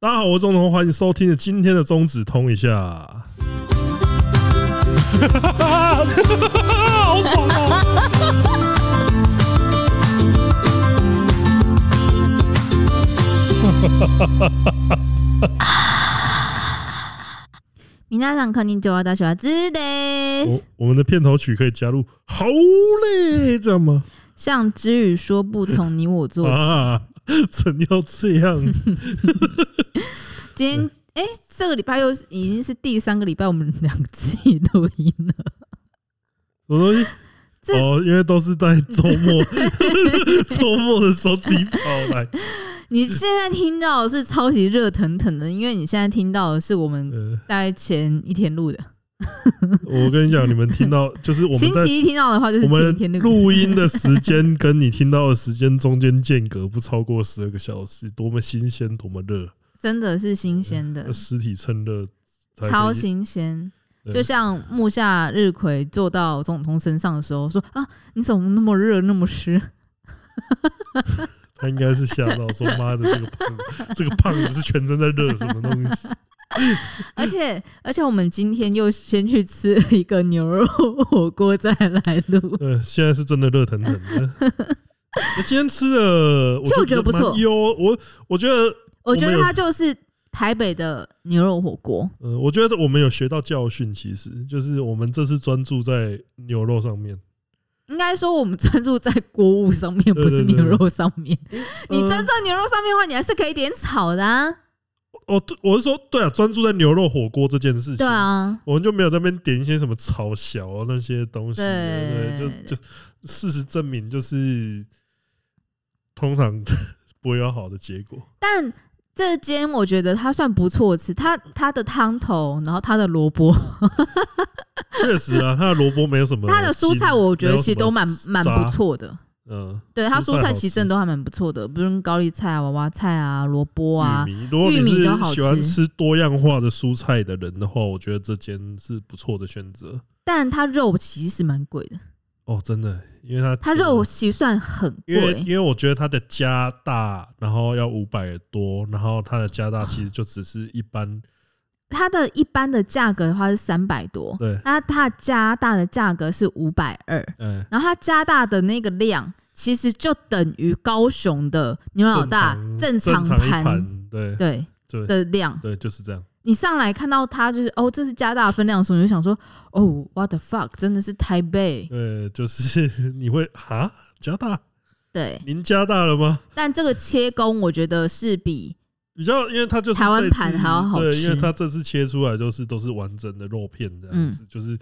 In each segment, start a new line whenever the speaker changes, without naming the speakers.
大家好，我是钟彤，欢迎收听的今天的中指通一下。 好爽
啊
哦！
皆さんこんにちは，大家好，这
我
的
我们的片头曲可以加入“好嘞”这样吗？
像之语说不从你我做起。
啊，怎要这样？
今
嗯
天哎、这个礼拜又是已经是第三个礼拜，我们两季录音 了。
什么东西？
这
哦，因为都是在周末 周末的时候自己跑来。
你现在听到的是超级热腾腾的，因为你现在听到的是我们
呃，
大概前一天录的，
我跟你讲，你们听到就是我们
星
在
期一听到的话就是
我
前一
们
天录
录音的时间跟你听到的时间中间间隔不超过十二个小时，多么新鲜，多么热！
真的是新鲜的
那，呃尸体趁热嗯才可以
超新鲜。
对
就像木下日葵坐到总统身上的时候说啊，你怎么那么热那么湿？
他应该是吓到说：“妈的，这个 胖子，这个胖子是全身在热什么东西
而且而且我们今天又先去吃了一个牛肉火锅，再来 录？”。
呃，现在是真的热腾腾的。我今天吃的，
就觉得不错
有我，我觉得，
我觉
我
得
们有
它就是台北的牛肉火锅，
呃，我觉得我们有学到教训。其实就是我们这次专注在牛肉上面。
应该说我们专注在锅物上面，
对
不是
对对
牛肉上面。你
呃
专注在牛肉上面的话，你还是可以点炒的啊。
哦，对我是说，对啊，专注在牛肉火锅这件事情。
对啊，
我们就没有在那边点一些什么炒小啊那些东西的，
对
对，就就事实证明，就是通常 不会有好的结果。
但。这间我觉得它算不错吃，它它的汤头，然后它的萝卜，
确实啊，它的萝卜没有什么，
它的蔬菜，我觉得其实都蛮蛮不
错。
错的。
嗯，
对，它蔬
蔬菜
菜
好
其实
吃
真的都还蛮不错的，比如高丽菜啊、娃娃菜啊、萝卜啊
玉，米，如果你
玉米
是
都好
喜欢
吃
吃多样化的蔬菜的人的话，我觉得这间是不错的选择。
但它肉其实蛮贵的，
哦，真的，因为它
它肉其实算很
因为
贵，
因为我觉得它的加大，然后要五百多，然后它的加大其实就只是一般，
它的一般的价格的话是三百多，
对，
那它加大的价格是五百二，
嗯，
然后它加大的那个量其实就等于高雄的牛老哦大
正
常
常一
盘
盘，对
对
对
的量。
对，就是这样。
你上来看到它就是哦，这是加大的分量的时候，你就想说哦，what the fuck，真的是台北
对，就是 你会哈加大，
对，
您加大了吗？
但这个切工我觉得是比
比较，因为它就是
台湾
这次
盘还要好
对，
吃
因为它这次切出来就是都是完整的肉片这样子，
嗯
就是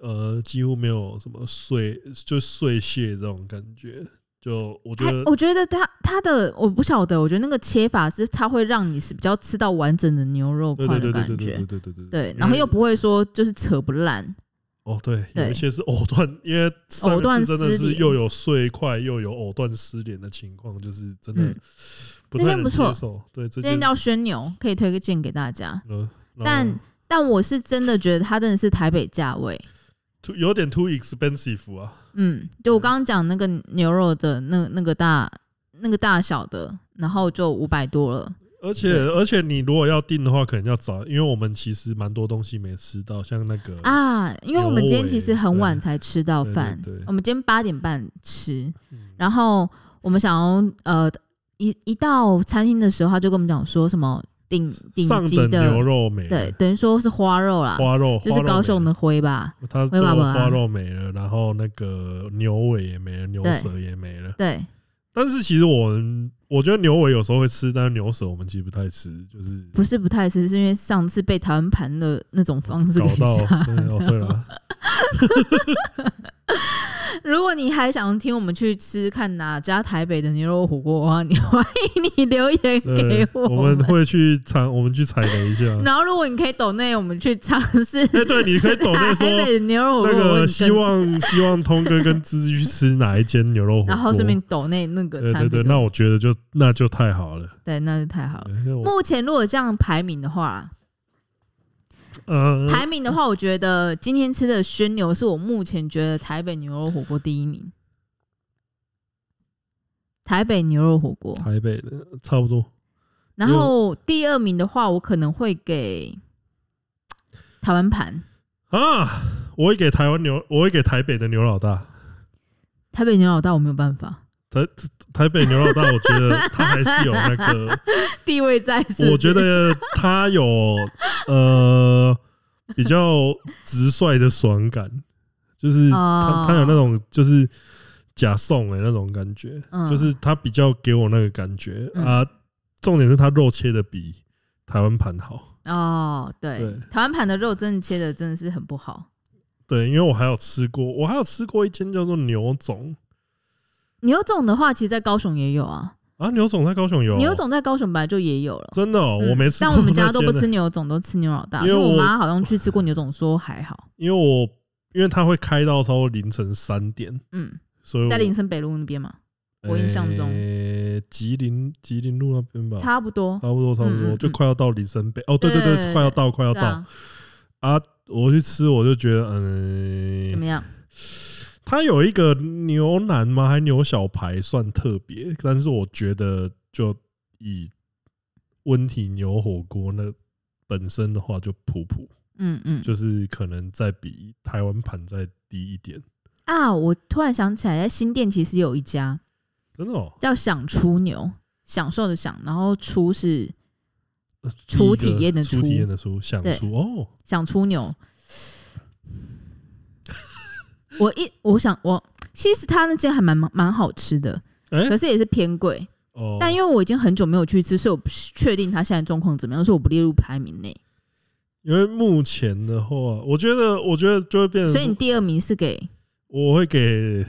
呃几乎没有什么碎，就碎屑这种感觉。就我觉
还
得
我觉得它它的我不晓得，我觉得那个切法是它会让你是比较吃到完整的牛肉
对
块
对对对
的感
对对
觉
对，对对对
对，然后又不会说就是扯不烂，
哦，对，有一
对
些是藕断，因为上
藕
一
断
次真的
丝
是
连
又有碎块又有藕断丝连的情况，就是真的
嗯
不
这
太
间
能
不错
接受。对，这
这件
件
叫宣牛，可以推荐给大家。
呃，然后
但但我是真的觉得它真的是台北价位，
too- 有点 too expensive 啊，
嗯，就我刚刚讲那个牛肉的那那个大那个大小的，然后就五百多了，
而且
对
而且你如果要订的话，可能要早，因为我们其实蛮多东西没吃到，像那个
啊，因为我们今天其实很晚才吃到饭
对对对，
我们今天八点半吃
嗯，
然后我们想要呃一一到餐厅的时候，他就跟我们讲说什么顶顶
上
级
等牛
的，
肉没
对
了，，
等于说是花肉啦，
花肉
就是高雄
的，
的灰吧，
它
龟爸
都
爸
花肉没了，然后那个牛尾也没了，牛
对
舌也没了。
对，
但是其实我们我觉得牛尾有时候会吃，但是牛舌我们其实不太吃，就是
不是不太吃，是因为上次被台湾盘的那种方式给
搞到
吓
对哦，对了，
如果你还想听我们去吃看哪家台北的牛肉火锅的话，你欢迎你留言
对
给，
我们会去尝，我们去踩雷一 下。
然后，如果你可以抖内，我们去尝试
哎，对，你可以抖内
台
说
北的牛肉火
那
锅，我
个
问你
希
跟
望 希望通哥跟芝芝去吃哪一间牛肉火锅，
然后顺便抖内那
对
个
对
产
对，
品，
那我觉得就那就太好了。
对，那就太好了。
对因为我
目前如果这样排名的话，
呃，
排名的话，我觉得今天吃的宣牛是我目前觉得台北牛肉火锅第一名。台北牛肉火锅，
台北的差不多，
然后第二名的话，我可能会给台湾盘，
啊，我会给台湾牛，我会给台北的牛老大。
台北牛老大我没有办 法，
台台北牛老大，我觉得他还是有那个，
地位在是不是
我觉得他 有呃比较直率的爽感，就是
哦
他他有那种就是假送的那种感觉，
嗯
就是他比较给我那个感觉
嗯
啊。重点是他肉切的比台湾盘好，
哦，对，
对
台湾盘的肉真的切的真的是很不好。
对，因为我还有吃过，我还有吃过一间叫做牛总
牛总的话，其实在高雄也有啊，
啊，牛总在高雄有，
牛总在高雄本来就也有了。
真的哦、
嗯
我没吃过那间
但
欸。
我们家都不吃牛总，都吃牛老大。
因
因
为
为我
我
妈好像去吃过牛总，说还好。
因为我因为它会开到超过凌晨三点，
嗯，
所以
在林
我
森北路那边嘛，我印象中
呃吉林吉林路那边吧，
差不多。
差不多差不
嗯嗯
多，
嗯
就快要到林森北。哦，对
对
对
对
对，快要到快要
对
到
啊，
啊！我去吃，我就觉得嗯
怎么，样？
它有一个牛腩吗？还牛小排算特别，但是我觉得就以温体牛火锅那本身的话就普普，
嗯嗯。
就是可能再比台湾盘再低一点，
啊，我突然想起来，在新店其实有一家
真的哦。
叫“享出牛”，享受的享，然后出是初体验的
初
初
体验的初想
对
出哦，
想 出牛。我一我想我其实他那间还蛮蛮好吃的，
哎
可是也是偏贵。
哦，
但因为我已经很久没有去吃，所以我不确定他现在状况怎么样，所以我不列入排名内。
因为目前的话，我觉得我觉得就会变成，
所以你第二名是给
我会给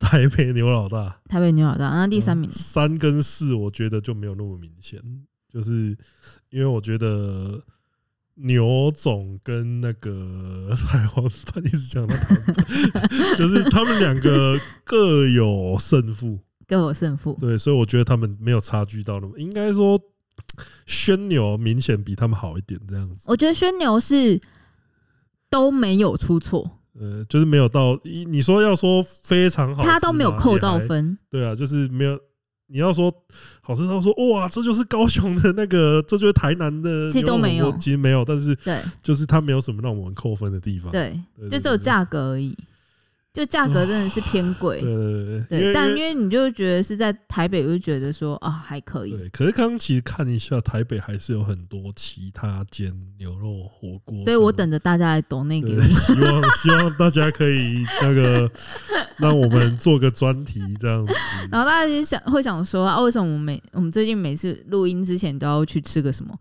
台北牛老大
台北牛老大，那第三名
嗯三跟四，我觉得就没有那么明显，就是因为我觉得牛总跟那个 台湾饭一直讲到台湾饭 就是他们两个各有胜负，
跟我胜负。
对，所以我觉得他们没有差距到那么，应该说宣牛明显比他们好一点，这样子。
我觉得宣牛是都没有出错，
呃，就是没有到一，你说要说非常好吃嘛，
他都没有扣到
也还。
分。
对啊，就是没有。你要说好吃，他说哇，这就是高雄的那个，这就是台南的，
其实都没有
其实没有，但是
对
就是它没有什么让我们扣分的地方。
对，
对，
就只有价格而已，就价格真的是偏贵
对。对对对
对，但因
因为
为你就觉得是在台北，我就觉得说啊还可以，
对，可是刚刚其实看一下，台北还是有很多其他间牛肉火锅，
所以我等着大家来懂那
对，
个。
希望希望大家可以那 个让我们做个专题这样子。
然后大家就想会想说啊，为什么我们每我们最近每次录音之前都要去吃个什么？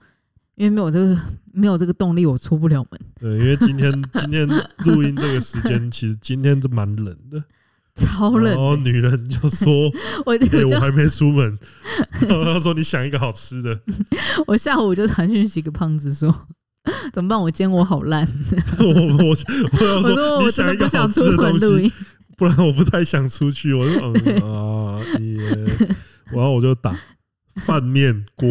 因为没有这个没有这个动力，我出不了门，
对，因为今天今天录音这个时间，其实今天是蛮冷的。
超冷
然后
的。
女人就 说哎
我就：“
哦对、我
就
还没出门。”然后她说：“你想一个好吃 的。
我下午就传讯息给胖子说，怎么办？我今天我好烂。
我”我我我要
我说
你
我真
想
的
一
不
个好
想出
吃的
门
东
录
西，
音。
不然我不太想出去。我说：“ 嗯啊，也。”然后我就打饭面 锅，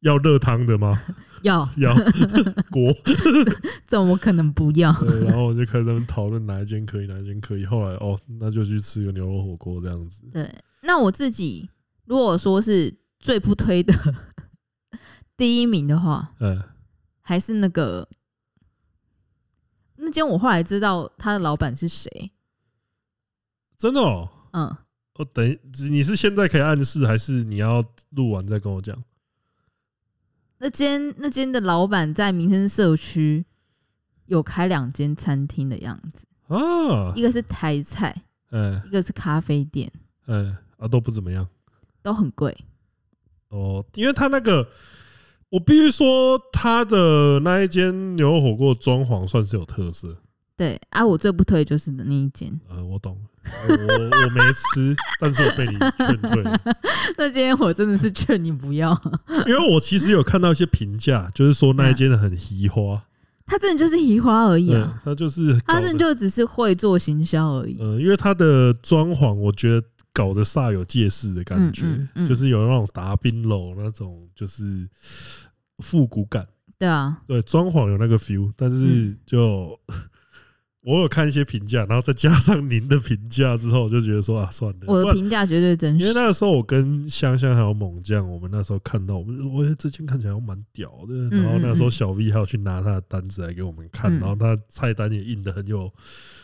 要热汤的吗？
要
要锅。
怎么可能不要？
对，然后我就开始在那边讨论哪一间可以，哪一间可以。后来哦，那就去吃个牛肉火锅这样子。
对，那我自己如果说是最不推的 第一名的话，
嗯，
还是那个那间我后来知道他的老板是谁，
真的哦。
嗯，
哦，等一你是现在可以暗示，还是你要录完再跟我讲？
那间那间的老板在民生社区有开两间餐厅的样子，
啊，
一个是台菜，
嗯
一个是咖啡店，
嗯，啊都不怎么样
都很贵。
哦，因为他那个，我必须说他的那一间牛肉火锅装潢算是有特色。
对啊，我最不推就是那一间，
呃，我懂，我我没吃，但是我被你劝退了。
那间我真的是劝你不要，
因为我其实有看到一些评价，就是说那一间很移花，
他真的就是移花而已
嗯
啊，，
他就是
他
搞
真的
得
就只是会做行销而已。
呃，因为它的装潢，我觉得搞得煞有介事的感觉，
嗯嗯嗯
就是有那种达宾楼那种，就是复古感。
对啊，
对，装潢有那个 feel，但是
嗯
就、我有看一些评价，然后再加上您的评价之后，我就觉得说啊，算了，
我
不
的
然
评价绝对真
因为
实。
那个时候我跟香香还有猛将，我们那时候看到，我们我这件看起来还蛮屌的。然后那时候小 V 还有去拿他的单子来给我们看，
嗯
然后他菜单也印的很有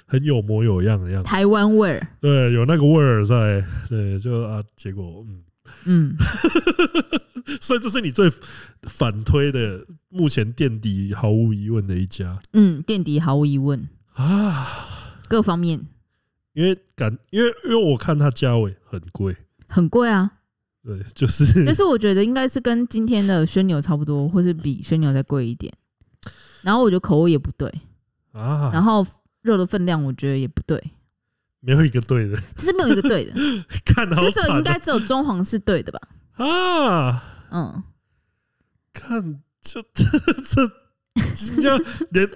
很有模有样的样子，
台湾味儿，
对，有那个味儿在， 对，就啊，结果嗯，
嗯，
所以这是你最反推的，目前垫底毫无疑问的一家
嗯，垫底毫无疑问，
啊，
各方面
因为感，因为因为我看它价位很贵，
很贵啊，
对，就是
但是我觉得应该是跟今天的宣牛差不多，或是比宣牛再贵一点。然后我觉得口味也不对，然
啊，
后肉的分量我觉得也不对，
没有一个对的，
就是没有一个对的。
看好
这时候
惨
应该只有中黄是对的吧？
哦啊。
嗯，
看，就 这这这要连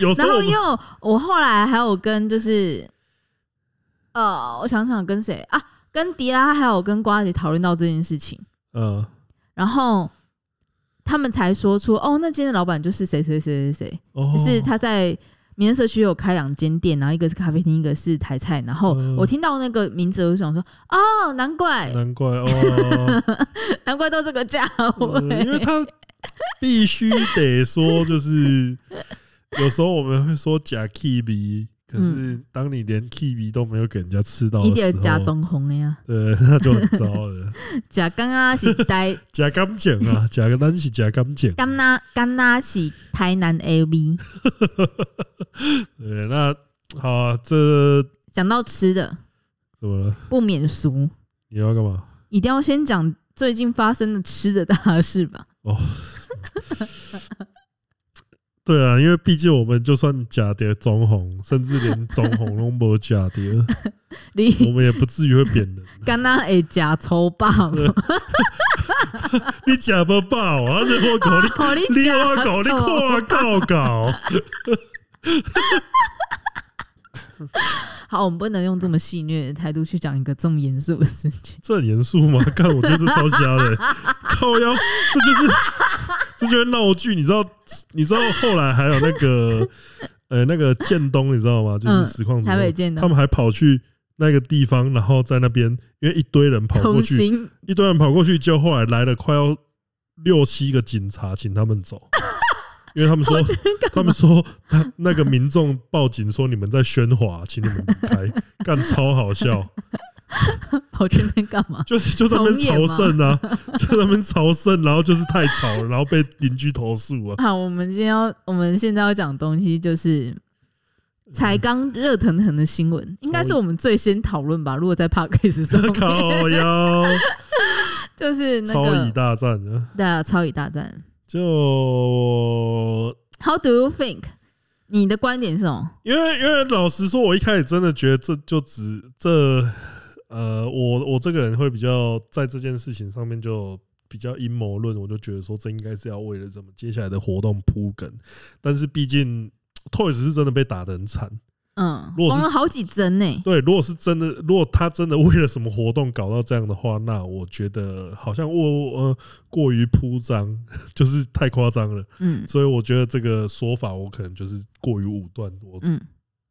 有时
然
候我
后
们
因为我我后来还有跟就是，呃，我想想跟谁啊？跟迪拉还有跟瓜姐讨论到这件事情，
嗯
然后他们才说出哦，那今天的老板就是谁谁谁谁谁，
哦
就是他在民生社区有开两间店，然后一个是咖啡厅，一个是台菜。然后
嗯
我听到那个名字，我就想说哦，难怪
难怪哦，
难怪都这个价
嗯因为
位，
他必须得说，就是 有时候我们会说假 K B，可是当你连 K B 都没有给人家吃到的
一
时
点
候，
假中红的呀，
对， 那就很糟了。
假刚啊是台
假钢剪啊， 假个单是假钢剪，
刚那刚那是台南 A V。
对，那好啊，这
讲到吃的，
怎么了？
不免俗，
你要干嘛？
一定要先讲最近发生的吃的大事吧。
对啊，因为毕竟我们就算假跌中红，甚至连中红都没假跌，我
你
们也不至于会扁人。
刚啊刚诶假抽吧，
你假不爆啊？你我搞你，
哦好你
你
假
我搞你跨告搞，
好，我们不能用这么戏谑的态度去讲一个这么严肃的事情。
这很严肃吗？ 看我就是超瞎 的、欸靠腰，这就是这就是闹剧。你知道，你知道后来还有那个 呃那个建东，你知道吗？就是
嗯
实况主播
台北建
他
东
们还跑去那个地方，然后在那边因为一堆人跑过
重
去，
新
一堆人跑过去，就后来来了快要六七个警察，请他们 走，因为他们说
跑去
他
干
们
嘛？
说他那个民众报警说你们在喧哗，请你们离开，干超好笑，
跑去那边干 嘛？
就是就在那边朝圣啊， 就在那边朝圣，然后就是太吵了，然后被邻居投诉 啊，
好，我们今天要我们现在要讲的东西就是。才刚热腾腾的新闻，应该是我们最先讨论吧。如果在 p a r k a s 上面，
靠腰
就是那
超乙
个
大战啊，
对啊，超级大战，
就
How do you think？你的观点是什么？
因为因为老实说，我一开始真的觉得这就只这呃，我我这个人会比较在这件事情上面就比较阴谋论，我就觉得说这应该是要为了怎么接下来的活动铺梗，但是毕竟 Toys 是真的被打得很惨，
嗯，
如果
缝
是
了好几针呢、
对，如果是真的，如果他真的为了什么活动搞到这样的话，那我觉得好像我呃过于铺张， 就是太夸张了，
嗯
所以我觉得这个说法我可能就是过于武断，我
嗯，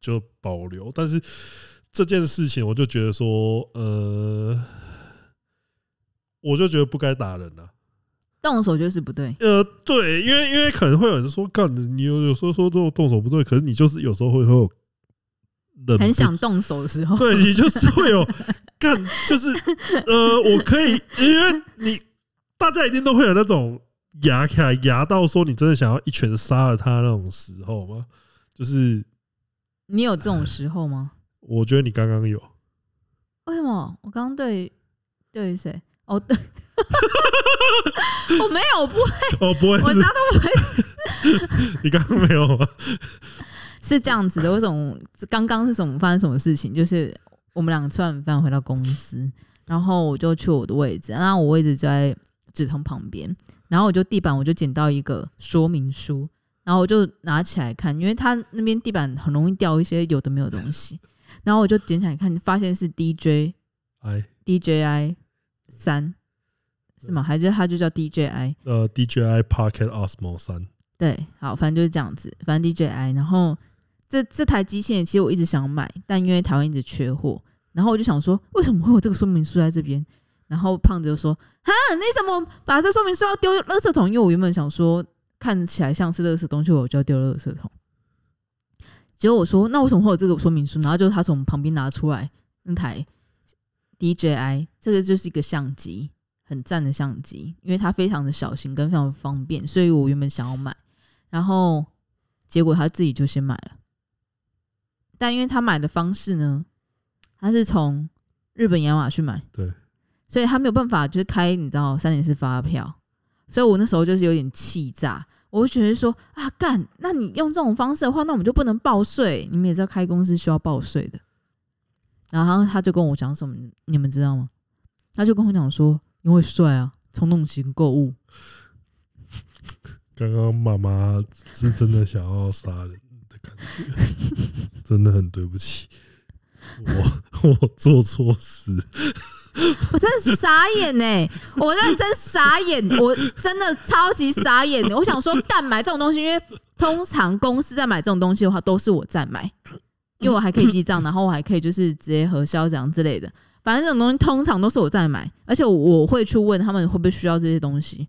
就保留。但是这件事情，我就觉得说，呃，我就觉得不该打人了、
动手就是不对。
呃，对，因为因为可能会有人说，干你有有时候说动动手不对，可是你就是有时候会会有忍
很
不
想动手的时候，
对你就是会有 干，就是呃，我可以，因为你大家一定都会有那种牙卡牙到说你真的想要一拳杀了他那种时候吗？就是
你有这种时候吗？
我觉得你刚刚有，
为什么？我刚刚对对谁？哦， 对，我没有，我不，
哦，不会
我
是
啥都不会。
你刚刚没有吗？
是这样子的，为什么？刚刚是什么发生什么事情？就是我们两个吃完饭回到公司，然后我就去我的位置，然后我位置就在止痛旁边，然后我就地板我就捡到一个说明书，然后我就拿起来看，因为它那边地板很容易掉一些有的没有的东西，然后我就捡起来看，发现是 DJ
哎，
DJI 三是吗？还是它就叫 DJI？
呃，DJI Pocket Osmo 三，
对，好，反正就是这样子，反正 DJI，然后这这台机器人其实我一直想买，但因为台湾一直缺货，然后我就想说，为什么会有这个说明书在这边？然后胖子就说：“哈，你怎么把这说明书要丢垃圾桶？因为我原本想说看起来像是垃圾东西，我就要丢垃圾桶。”结果我说：“那为什么会有这个说明书？”然后就是他从旁边拿出来那台 DJI，这个就是一个相机，很赞的相机，因为它非常的小型跟非常方便，所以我原本想要买，然后结果他自己就先买了。但因为他买的方式呢，他是从日本亚马逊买，
对，
所以他没有办法就是开你知道三点四发票，所以我那时候就是有点气炸，我就觉得说啊干，那你用这种方式的话，那我们就不能报税，你们也知道开公司需要报税的。然后他就跟我讲什么，你们知道吗？他就跟我讲说，因为帅啊，冲动型购物，
刚刚妈妈是真的想要杀人的感觉，真的很对不起，我 我做错事，
我真的傻眼呢、我认真傻眼，我真的超级傻眼的。我想说，干买这种东西，因为通常公司在买这种东西的话，都是我在买，因为我还可以记账，然后我还可以就是直接核销这样之类的。反正这种东西通常都是我在买，而且我会去问他们会不会需要这些东西。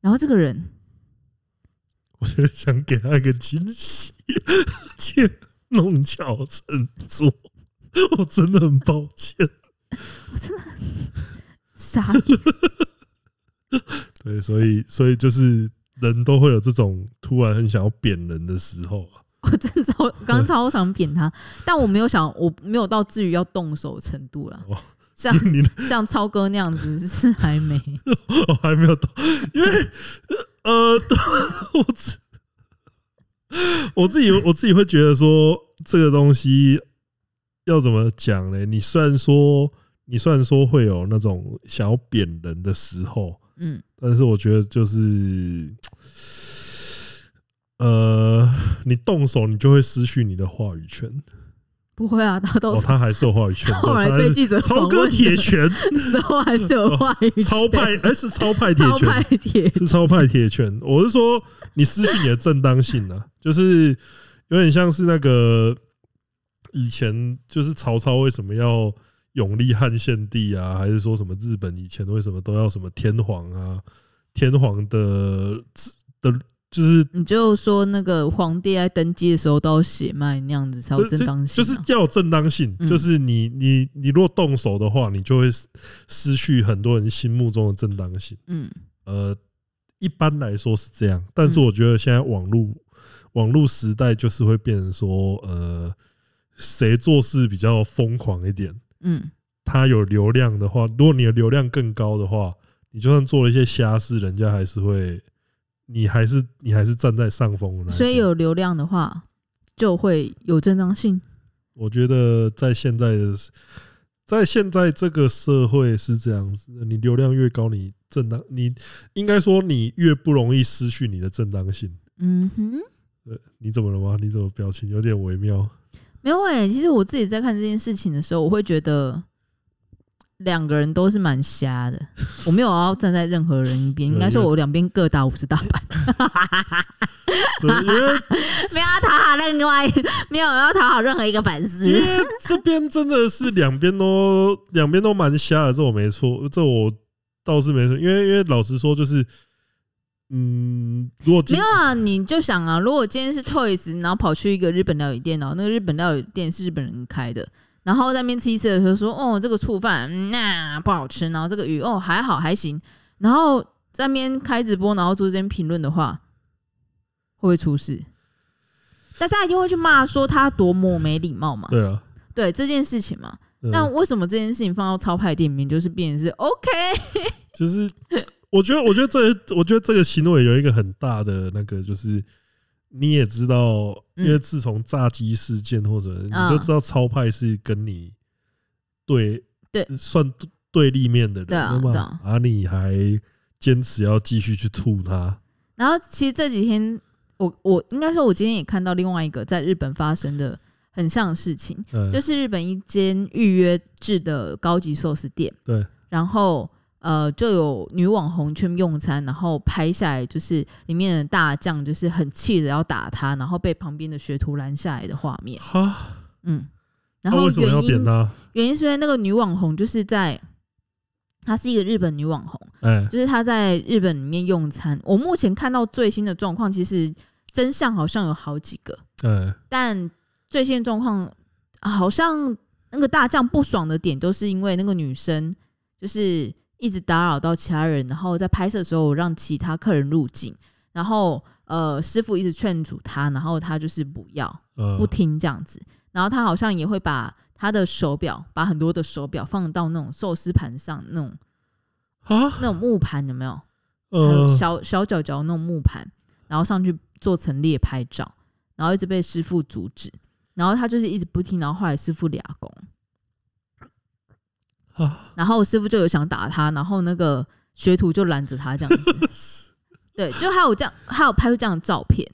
然后这个人
我就想给他一个惊喜，却弄巧成拙，我真的很抱歉。
傻眼，
对，所以所以就是人都会有这种突然很想要扁人的时候啊，
我真的超刚超想扁他，但我没有想，我没有到至于要动手的程度啦
哦。
像
你
像超哥那样子是还没。
我还没有到，因为呃，我自我自己我自己会觉得说这个东西要怎么讲呢？你虽然说你虽然说会有那种想要扁人的时候，
嗯，
但是我觉得就是呃，你动手你就会失去你的话语权。
不会啊，他到
哦，他还是有话语权的，
后来
他还
被
是
记者
超
访
哥
问
铁
的
拳，
时候还是有话语权，
超派，哎、是超派铁
超
拳，
派铁，
是超派铁拳。我是说，你失去你的正当性啊，就是有点像是那个以前，就是曹操为什么要永立汉献帝啊，还是说什么日本以前为什么都要什么天皇啊？天皇的的，就是
你就说那个皇帝在登基的时候都要血脉那样子才有正当性、
就
啊，
是要有正当性，
嗯
就是你你你若动手的话，你就会失失去很多人心目中的正当性。
嗯
呃，一般来说是这样，但是
嗯
我觉得现在网络、网络时代就是会变成说，呃，谁做事比较疯狂一点，
嗯
他有流量的话，如果你的流量更高的话，你就算做了一些瞎事，人家还是会，你还是你还是站在上风的那一边。
所以有流量的话就会有正当性。
我觉得在现在的在现在这个社会是这样子的，你流量越高，你正当你应该说你越不容易失去你的正当性。
嗯哼，
呃，你怎么了吗？你怎么表情有点微妙？
没有哎、其实我自己在看这件事情的时候，我会觉得。两个人都是蛮 瞎的，我没有要站在任何人一边，应该说我两边各打五十大板。
所以因为
没有要讨好另外，没有要讨好任何一个粉丝
因。 为这边真的是两边都两边都蛮瞎的，这我没错，这我倒是没错，因为因为老实说就是，嗯，如果今
没有啊，你就想啊，如果今天是 Toys，然后跑去一个日本料理店，哦然后那个日本料理店是日本人开的，然后在那边吃一吃的时候说，哦，这个醋饭嗯那、不好吃，然后这个鱼哦还好还行，然后在那边开直播，然后做这边评论的话，会不会出事？大家一定会去骂说他多么没礼貌嘛？
对了，
对这件事情嘛，
嗯
那为什么这件事情放到超派店里面，就是变成是 OK？
就是我觉得，我觉得这，我觉得这个行为有一个很大的那个，就是你也知道，因
嗯
为自从炸鸡事件或者你
啊
就知道超派是跟你对
对
算对立面的人
对啊
了嘛
对啊，
啊，你还坚持要继续去吐他，
然后其实这几天，我我应该说，我今天也看到另外一个在日本发生的很像的事情，
嗯
就，是日本一间预约制的高级寿司店，
对，
然后呃，就有女网红去用餐，然后拍下来，就是里面的大将就是很气的要打他，然后被旁边的学徒拦下来的画面。
哈，
嗯，然
那
后
为什么要
原
点
因
他？
原因是因为那个女网红就是在，她是一个日本女网红，
哎，
就是她在日本里面用餐。我目前看到最新的状况，其实真相好像有好几个，
哎，
但最新的状况好像那个大将不爽的点，都是因为那个女生就是一直打扰到其他人，然后在拍摄的时候让其他客人入境，然后呃师傅一直劝阻她，然后她就是不要，
呃
不，听这样子。然后他好像也会把他的手表，把很多的手表放到那种寿司盘上，那种
啊，
那种木盘有没有？还有
呃，
小小角角那种木盘，然后上去做陈列拍照，然后一直被师傅阻止，然后他就是一直不听，然后后来师傅俩攻，
啊，
然后师傅就有想打他，然后那个学徒就拦着他这样子，对，就还有这样，还有拍出这样的照片。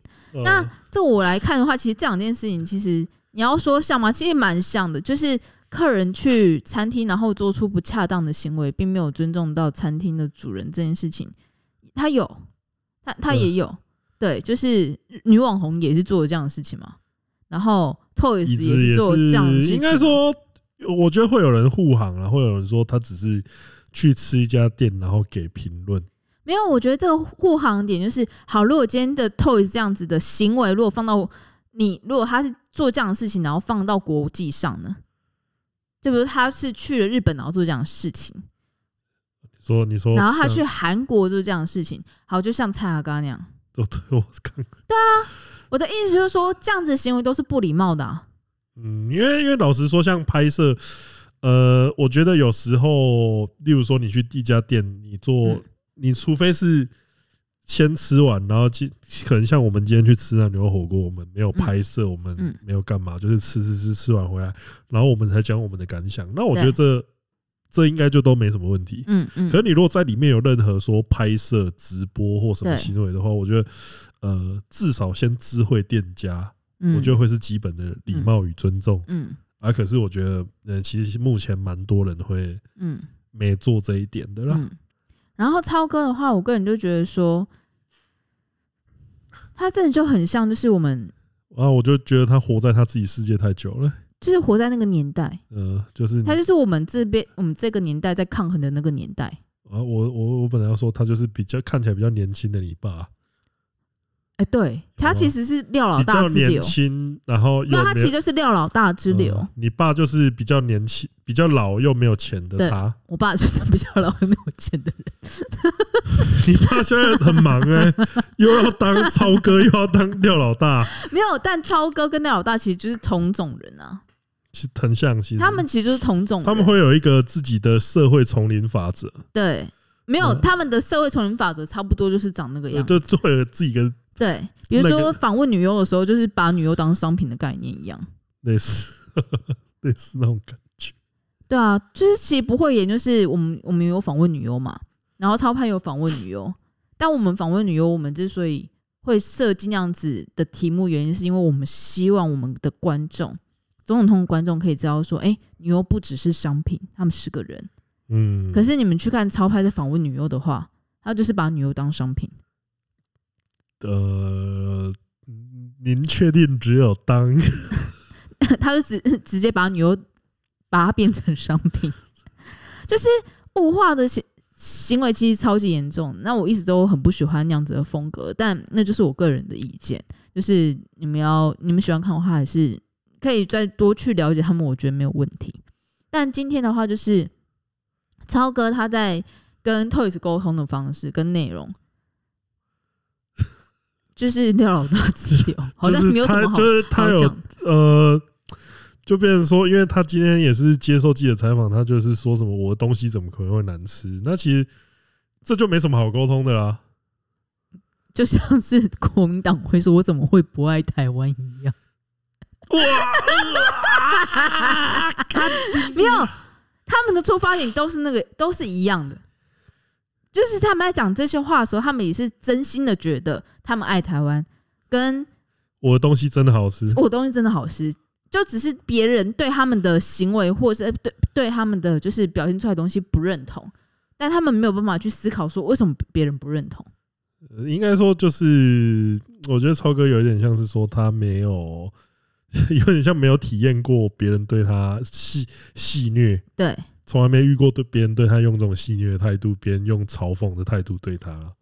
那
呃
这我来看的话，其实这两件事情，其实你要说像吗？其实蛮像的，就是客人去餐厅，然后做出不恰当的行为，并没有尊重到餐厅的主人这件事情，他有，他他
对
也有，对，就是女网红也是做了这样的事情嘛，然后 Toys
椅子
也是做了这样的事情，
应该说，我觉得会有人护航啊，会有人说他只是去吃一家店，然后给评论。
没有，我觉得这个护航点就是，好，如果今天的 Toys 这样子的行为，如果放到你，如果他是做这样的事情，然后放到国际上呢？就比如他是去了日本，然后做这样的事情，
说你说像，
然后他去韩国做这样的事情，好，就像蔡阿刚那样。
哦，对我刚，
我的意思就是说，这样子的行为都是不礼貌的、啊。
嗯，因为因为老实说，像拍摄，呃，我觉得有时候，例如说你去一家店，你做
嗯，
你除非是。先吃完，然后去可能像我们今天去吃那牛肉火锅，我们没有拍摄，我们
嗯
没有干嘛，就是吃吃吃吃完回来，然后我们才讲我们的感想。那我觉得这这应该就都没什么问题。
嗯嗯
可，是你如果在里面有任何说拍摄、直播或什么
对
行为的话，我觉得呃，至少先知会店家，
嗯
我觉得会是基本的礼貌与尊重。
嗯
啊，可是我觉得呃，其实目前蛮多人会
嗯
没做这一点的啦。
嗯，然后超哥的话，我个人就觉得说，他真的就很像，就是我们
啊，我就觉得他活在他自己世界太久了。
就是活在那个年代。
呃，就是你
他就是我们这边我们这个年代在抗衡的那个年代。
啊，我我我本来要说他就是比较看起来比较年轻的你爸，
哎、对，他其实是廖老
哦比
大
较
之
年
流，
轻，然后又
那他
没
其实
有
就是廖老大之流。
呃你爸就是比较年轻、比较老又没有钱的
对
他。
我爸就是比较老没有钱的人，
你爸现在很忙哎、 又要当超哥，又要当廖老大，
没有。但超哥跟廖老大其实就是同种人啊，
其实很像。其实
他们其实就是同种人。
嗯他们会有一个自己的社会丛林法则，
对。没有，
嗯
他们的社会丛林法则差不多就是长那个样子。
就就会有自己的
对，比如
那
说
个
访问女优的时候，就是把女优当商品的概念一样。
类似 类似那种感觉。
对啊，就是其实不会演，就是我们我们有访问女优嘛，然后超派有访问女优，但我们访问女优，我们之所以会设计那样子的题目，原因是因为我们希望我们的观众，总统通观众可以知道说，哎、女优不只是商品，他们是个人。
嗯，
可是你们去看超派在访问女优的话，他就是把女优当商品。
呃，您确定只有当
他就直直接把女优把它变成商品， 就是物化的行行为其实超级严重。那我一直都很不喜欢那样子的风格，但那就是我个人的意见。就是你们要你们喜欢看的话，还是可以再多去了解他们，我觉得没有问题。但今天的话，就是超哥他在跟 Toys 沟通的方式跟内容。 就是廖老大自由，好像
就是
没有什
他
么好
就是他
好
有
讲的。
呃，就变成说，因为他今天也是接受记者采访，他就是说什么我的东西怎么可能会难吃？那其实这就没什么好沟通的啊啦。
就像是国民党会说“我怎么会不爱台湾” 一样。
哇，呃啊 看
没有，
嗯
他们的出发点都是那个，都是一样的。就是他们在讲这些话的时候，他们也是真心的觉得他们爱台湾，跟
嗯我的东西真的好吃，
我东西真的好吃。就只是别呃人对他们的行为，或是对对他们的就是表现出来的东西不认同，但他们没有办法去思考说为什么别人不认同。
呃应该说就是，我觉得超哥有一点像是说他没有， 有点像没有体验过别人对他戏戏虐，
对
从来没遇过对别人对他用这种戏虐的态度，别人用嘲讽的态度对他。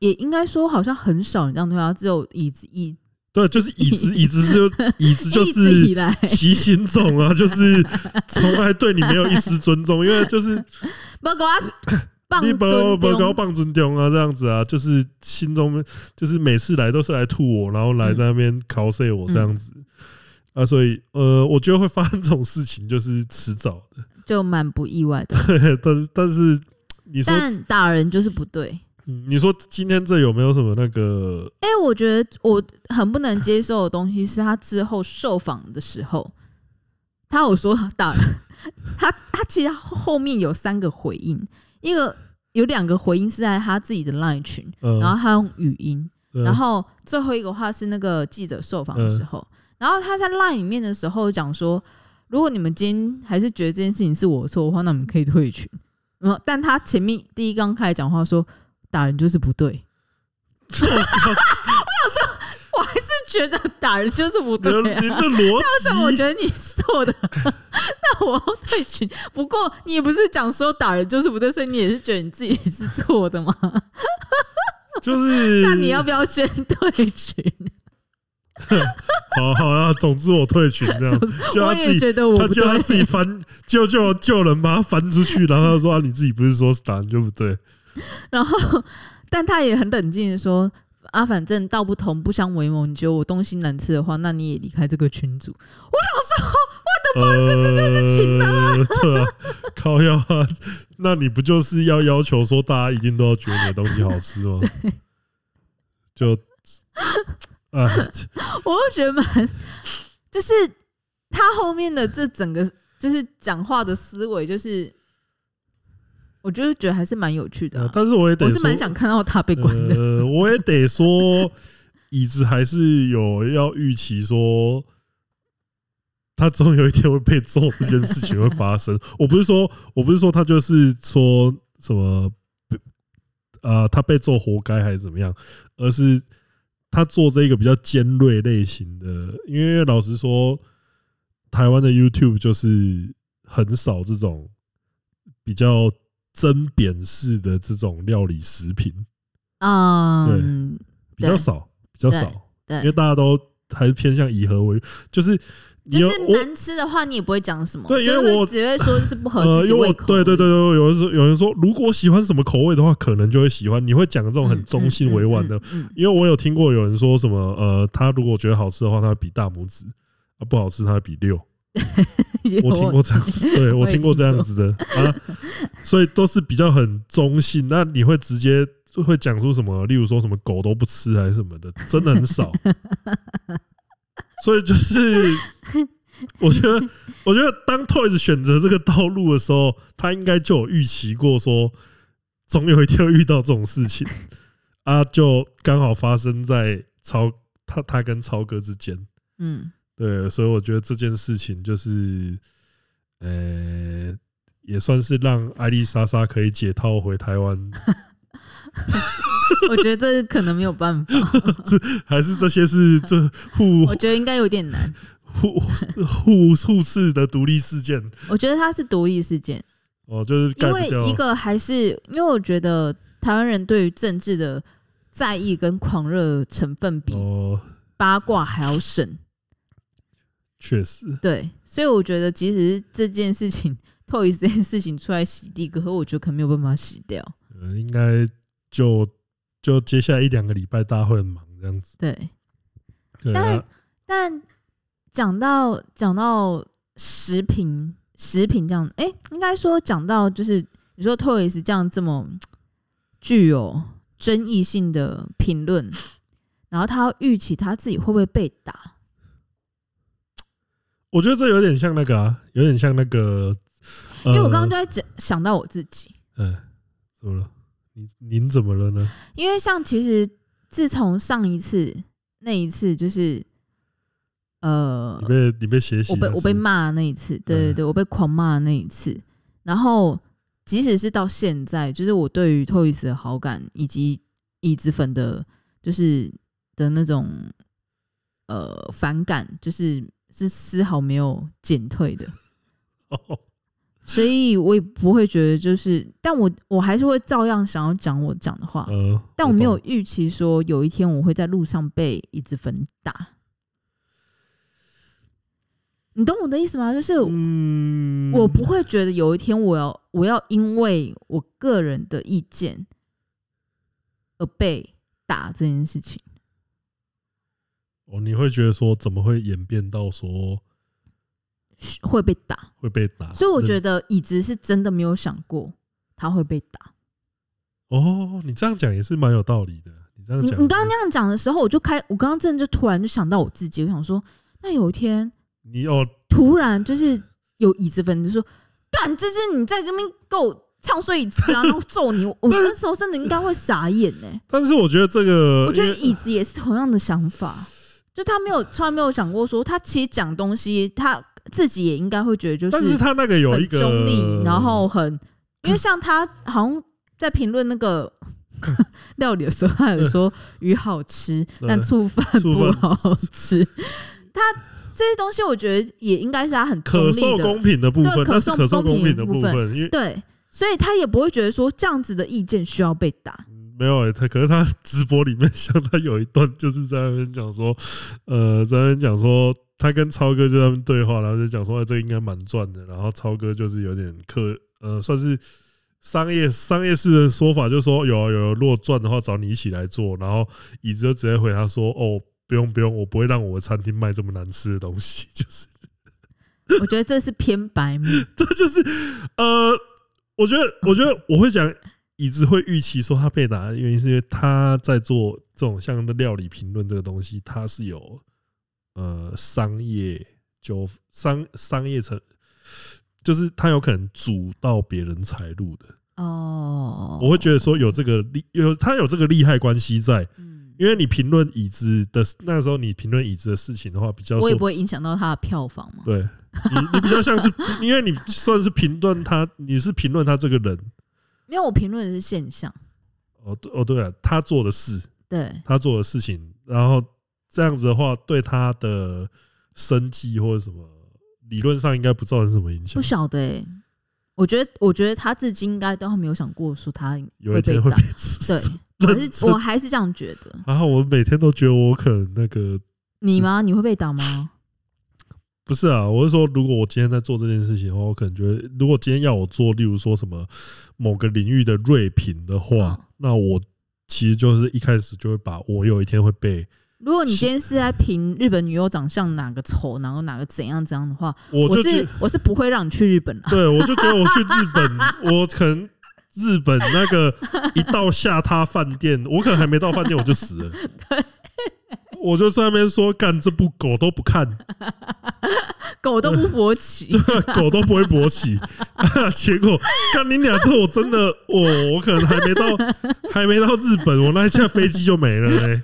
也应该说，好像很少人这样对啊他，只有椅子椅
对，就是椅子，椅子 就椅子就
一直
是
以来，
其心种啊，就是从来对你没有一丝尊重，因为就是
不给我啊棒
你把
蹲
把高
丢，
棒尊重啊，这样子啊，就是心中就是每次来都是来吐我，然后来
嗯
在那边 cos 我这样子、啊，所以呃，我觉得会发生这种事情就是迟早 的，
就蛮不意外的。
但是但是你说
但打人就是不对。
嗯你说今天这有没有什么那个
哎、我觉得我很不能接受的东西是他之后受访的时候，他有说打人，他他其实后面有三个回应，一个有两个回应是在他自己的 LINE 群，
呃，
然后他用语音，
呃
然后最后一个话是那个记者受访的时候，
嗯
然后他在 LINE 里面的时候讲说，如果你们今天还是觉得这件事情是我的错的话，那你们可以退群。然后，但他前面第一刚开始讲话说打人就是 不对，我还是觉得打人就是不
你的
对、啊
你。的逻
但是我
辑
觉得你是错的，那我要退群。不过你也不是讲说打人就是不对，所以你也是觉得你自己是错的吗？
就是
那你要不要先退群？
好好啊，总之我退群这 样，就
我
他自
也
己。
觉得我
他
不
叫他自己。
对
翻，就就救人把他翻出去，然后他说、啊、你自己不是说打人就不对，
然后，但他也很冷静的说：“啊，反正道不同不相为谋，你觉得我东西难吃的话，那你也离开这个群组。”
呃，这就是
情
人啊！对啊，靠要啊，那你不就是要要求说大家一定都要觉得你的东西好吃吗？就啊，
我就觉得蛮，就是他后面的这整个就是讲话的思维，就是我就是觉得还是蛮有趣的啊、
但是我也得
我
说，
是蛮想看到他被关的。
呃，我也得说，椅子还是有要预期说，他总有一天会被揍，这件事情会发生。 我不是说，我不是说他就是说什么，呃，他被揍活该还是怎么样，而是他做这个比较尖锐类型的。因为老实说，台湾的 YouTube 就是很少这种比较。针砭式的这种料理食品，
嗯，
比较
对
少，比较少，因为
对，
大家都还是偏向以和为，就是你
就
有
是
我
难吃的话，你也不会讲什么，
对因为
就是会
我
只会说是不合
呃，
自己
因为
胃
我
口。
对对对对，对有人说有人说，如果喜欢什么口味的话，可能就会喜欢，你会讲这种
嗯，
很中性委婉的
嗯，，嗯嗯
因为我有听过有人说什么，呃，他如果觉得好吃的话，他会比大拇指。啊、不好吃，他会比六。
嗯
我听过这样子，对
我
我
也
听过
听
这样子的啊，所以都是比较很中性。那你会直接会讲出什么？例如说什么狗都不吃还是什么的，真的很少。所以就是，我觉得，我觉得当 Toys 选择这个道路的时候，他应该就有预期过说，总有一天会遇到这种事情啊，就刚好发生在超他他跟超哥之间。
嗯，
对，所以我觉得这件事情就是，呃，也算是让艾丽莎莎可以解套回台湾，
我觉得这可能没有办法，
还是这些是这互
我觉得应该有点 难。
互互互斥的独立事件
我觉得它是独立事件，
哦，就是
因
干
为
不掉
一个还是因为我觉得台湾人对于政治的在意跟狂热成分比
哦，
八卦还要深，
确实，
对，所以我觉得即使是这件事情。 透一这件事情出来洗地，可是我觉得可能没有办法洗掉。
呃应该就就接下来一两个礼拜大家会很忙这样子，
对，
对
但
啊
但讲到讲到食品，食品这样，哎、应该说讲到就是你说 Toys 这样这么具有争议性的评论，然后他要预期他自己会不会被打，
我觉得这有点像那个啊，有点像那个，因
因为我刚刚就在讲想到我自己，
嗯，怎么了？您您怎么了呢？
因为像其实自从上一次那一次就是呃
你被你被血洗
我
了是嗯不
被
是，
我被骂的那一次，对对对，我被狂骂的那一次。然后即使是到现在，就是我对于 Toys 的好感以及椅子粉的，就是的那种呃反感，就是是丝毫没有减退的。
哦，
所以我也不会觉得就是，但我我还是会照样想要讲我讲的话，
呃，
但我没有
懂
预期说有一天我会在路上被椅子粉打。你懂我的意思吗？就是
嗯，
我不会觉得有一天我要我要因为我个人的意见而被打这件事情。
哦，你会觉得说怎么会演变到说
嘘会被打，
会被打？
所以我觉
得
得椅子是真的没有想过他会被打。
哦，你这样讲也是蛮有道理的。你这样
你
讲，
你刚刚那样讲的时候，我就开，我刚刚真的就突然就想到我自己，我想说，那有一天
你哦，
突然就是有椅子粉就说，干，这是你在这边给我唱衰椅子啊，然后揍你，我我那时候真的应该会傻眼欸呢、
但是我觉得这个，
我觉
因
得
为嗯
椅子也是同样的想法，就他没有从来没有想过说，他其实讲东西他自己也应该会觉得就
但是他那个有一
很
个
中立，然 后很因为像他好像在评论那个 料理的时候，他有说鱼好吃，
嗯对
但醋饭
醋
不
饭
好吃。他这些东西我觉得也应该是他很中
可
立
受
的，
公平的部分，
对
那是
可
可
受
受公
公平
平
的
的
部
部
分
分，因为
对，所以他也不会觉得说这样子的意见需要被打。
没有欸他，可是他直播里面 像他有一段就是在那边讲说，呃，在那边讲说他跟超哥就在那边对话，然后就讲说、哎这个应该蛮赚的，然后超哥就是有点客，呃，算是商业商业式的说法，就说有啊有啊如果赚的话找你一起来做，然后椅子就直接回他说哦。不用不用，我不会让我的餐厅卖这么难吃的东西， 就是
我觉得这是偏白 目，
这就是呃，我觉得，我觉得我会讲椅子会预期说他被打，原因是因为他在做这种像料理评论这个东西，他是有呃商业纠商商业层，就是他有可能阻到别人财路的。
哦，
我会觉得说有这个利有他有这个利害关系在，
嗯，
因为你评论椅子的那时候，你评论椅子的事情的话，比较
我也
说
不会影响到他的票房嘛。
对你，你比较像是，因为你算是评论他，你是评论他这个人。
因为我评论的是现象，
哦，对哦，对了，他做的事，
对，
他做的事情，然后这样子的话，对他的生计或者什么，理论上应该不造成什么影响
不。晓得、欸。我觉得，我觉得他自己应该都还没有想过说他
有一
被
天会
打
被。吃
对
死。，认
我还是
真
我还是这样觉得。
然后我每天都觉得我可能那个
你吗？你会被打吗？
不是啊，我是说，如果我今天在做这件事情的话，我可能觉得，如果今天要我做，例如说什么某个领域的锐评的话，
嗯
那我其实就是一开始就会把我有一天会被
如果你今天是在评日本女优长相哪个丑，然后哪个怎样怎样的话，
我
我
就觉
是我是不会让你去日本的、
对，我就觉得我去日本，我可能日本那个一到下榻饭店，我可能还没到饭店我就死了。我就在那边说，干这部狗都不看，啊
狗都不勃起。
狗都不会勃起。啊、结果干你俩之后，我真的，我我可能还没到，还没到日本，我那一架飞机就没了嘞、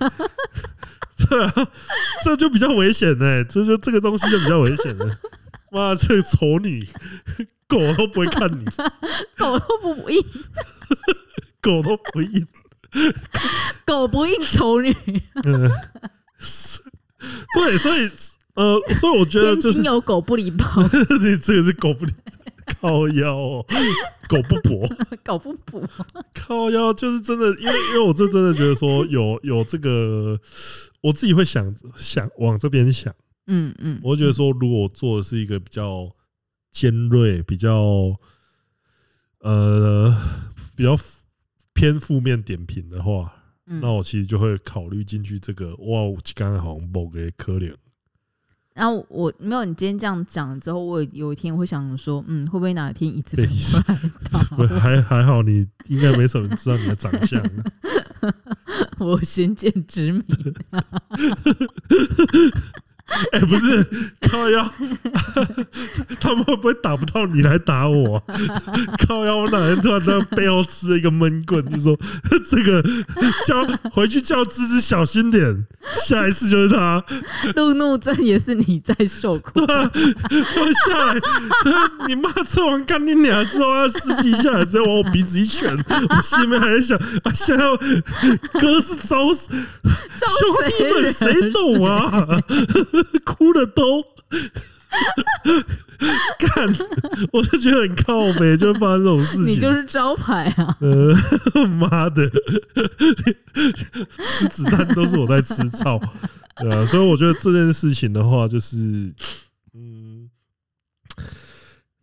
对啊，这就比较危险呢、这就这个东西就比较危险了。妈，这个丑女，狗都不会看你。
狗都不应，
狗都不应。
狗不应丑女，
嗯，是 对，所以呃，所以我觉得
天
就是
津有狗不理包，
你这个是狗不理靠腰、哦，狗不搏
狗不补。
靠腰，就是真的，因为因为我这真的觉得说有有这个，我自己会想想往这边想，
嗯嗯，
我会觉得说如果我做的是一个比较尖锐、比较呃比较偏负面点评的话，
嗯
那我其实就会考虑进去这个哇，我刚刚好像某个可怜，
然后我没有你今天这样讲之后，我有一天会想说，嗯，会不会哪一天椅子
被
粉
椅子
过来打
不
我？
还还好，你应该没什么人知道你的长相，啊
我先见 之明，
哎、不是靠腰， 他们会不会打不到你来打我、 啊？靠腰，我哪天突然在背后吃了一个闷棍，就说 这个叫回去叫芝芝小心点，下一次就是他。
路怒症也是你在受苦。
我下来， 呃你妈吃完干你俩之后，司机下来直接往我鼻子一拳，我心里面还在想，啊，现在哥是招兄
招谁
弟们
惹
谁懂啊？ 哭的都干，我就觉得很靠北，就会发生这种事
你
情。
就是招牌啊！
呃， 妈的，吃子弹都是我在吃操，对啊，所以我觉得这件事情的话，就是，嗯，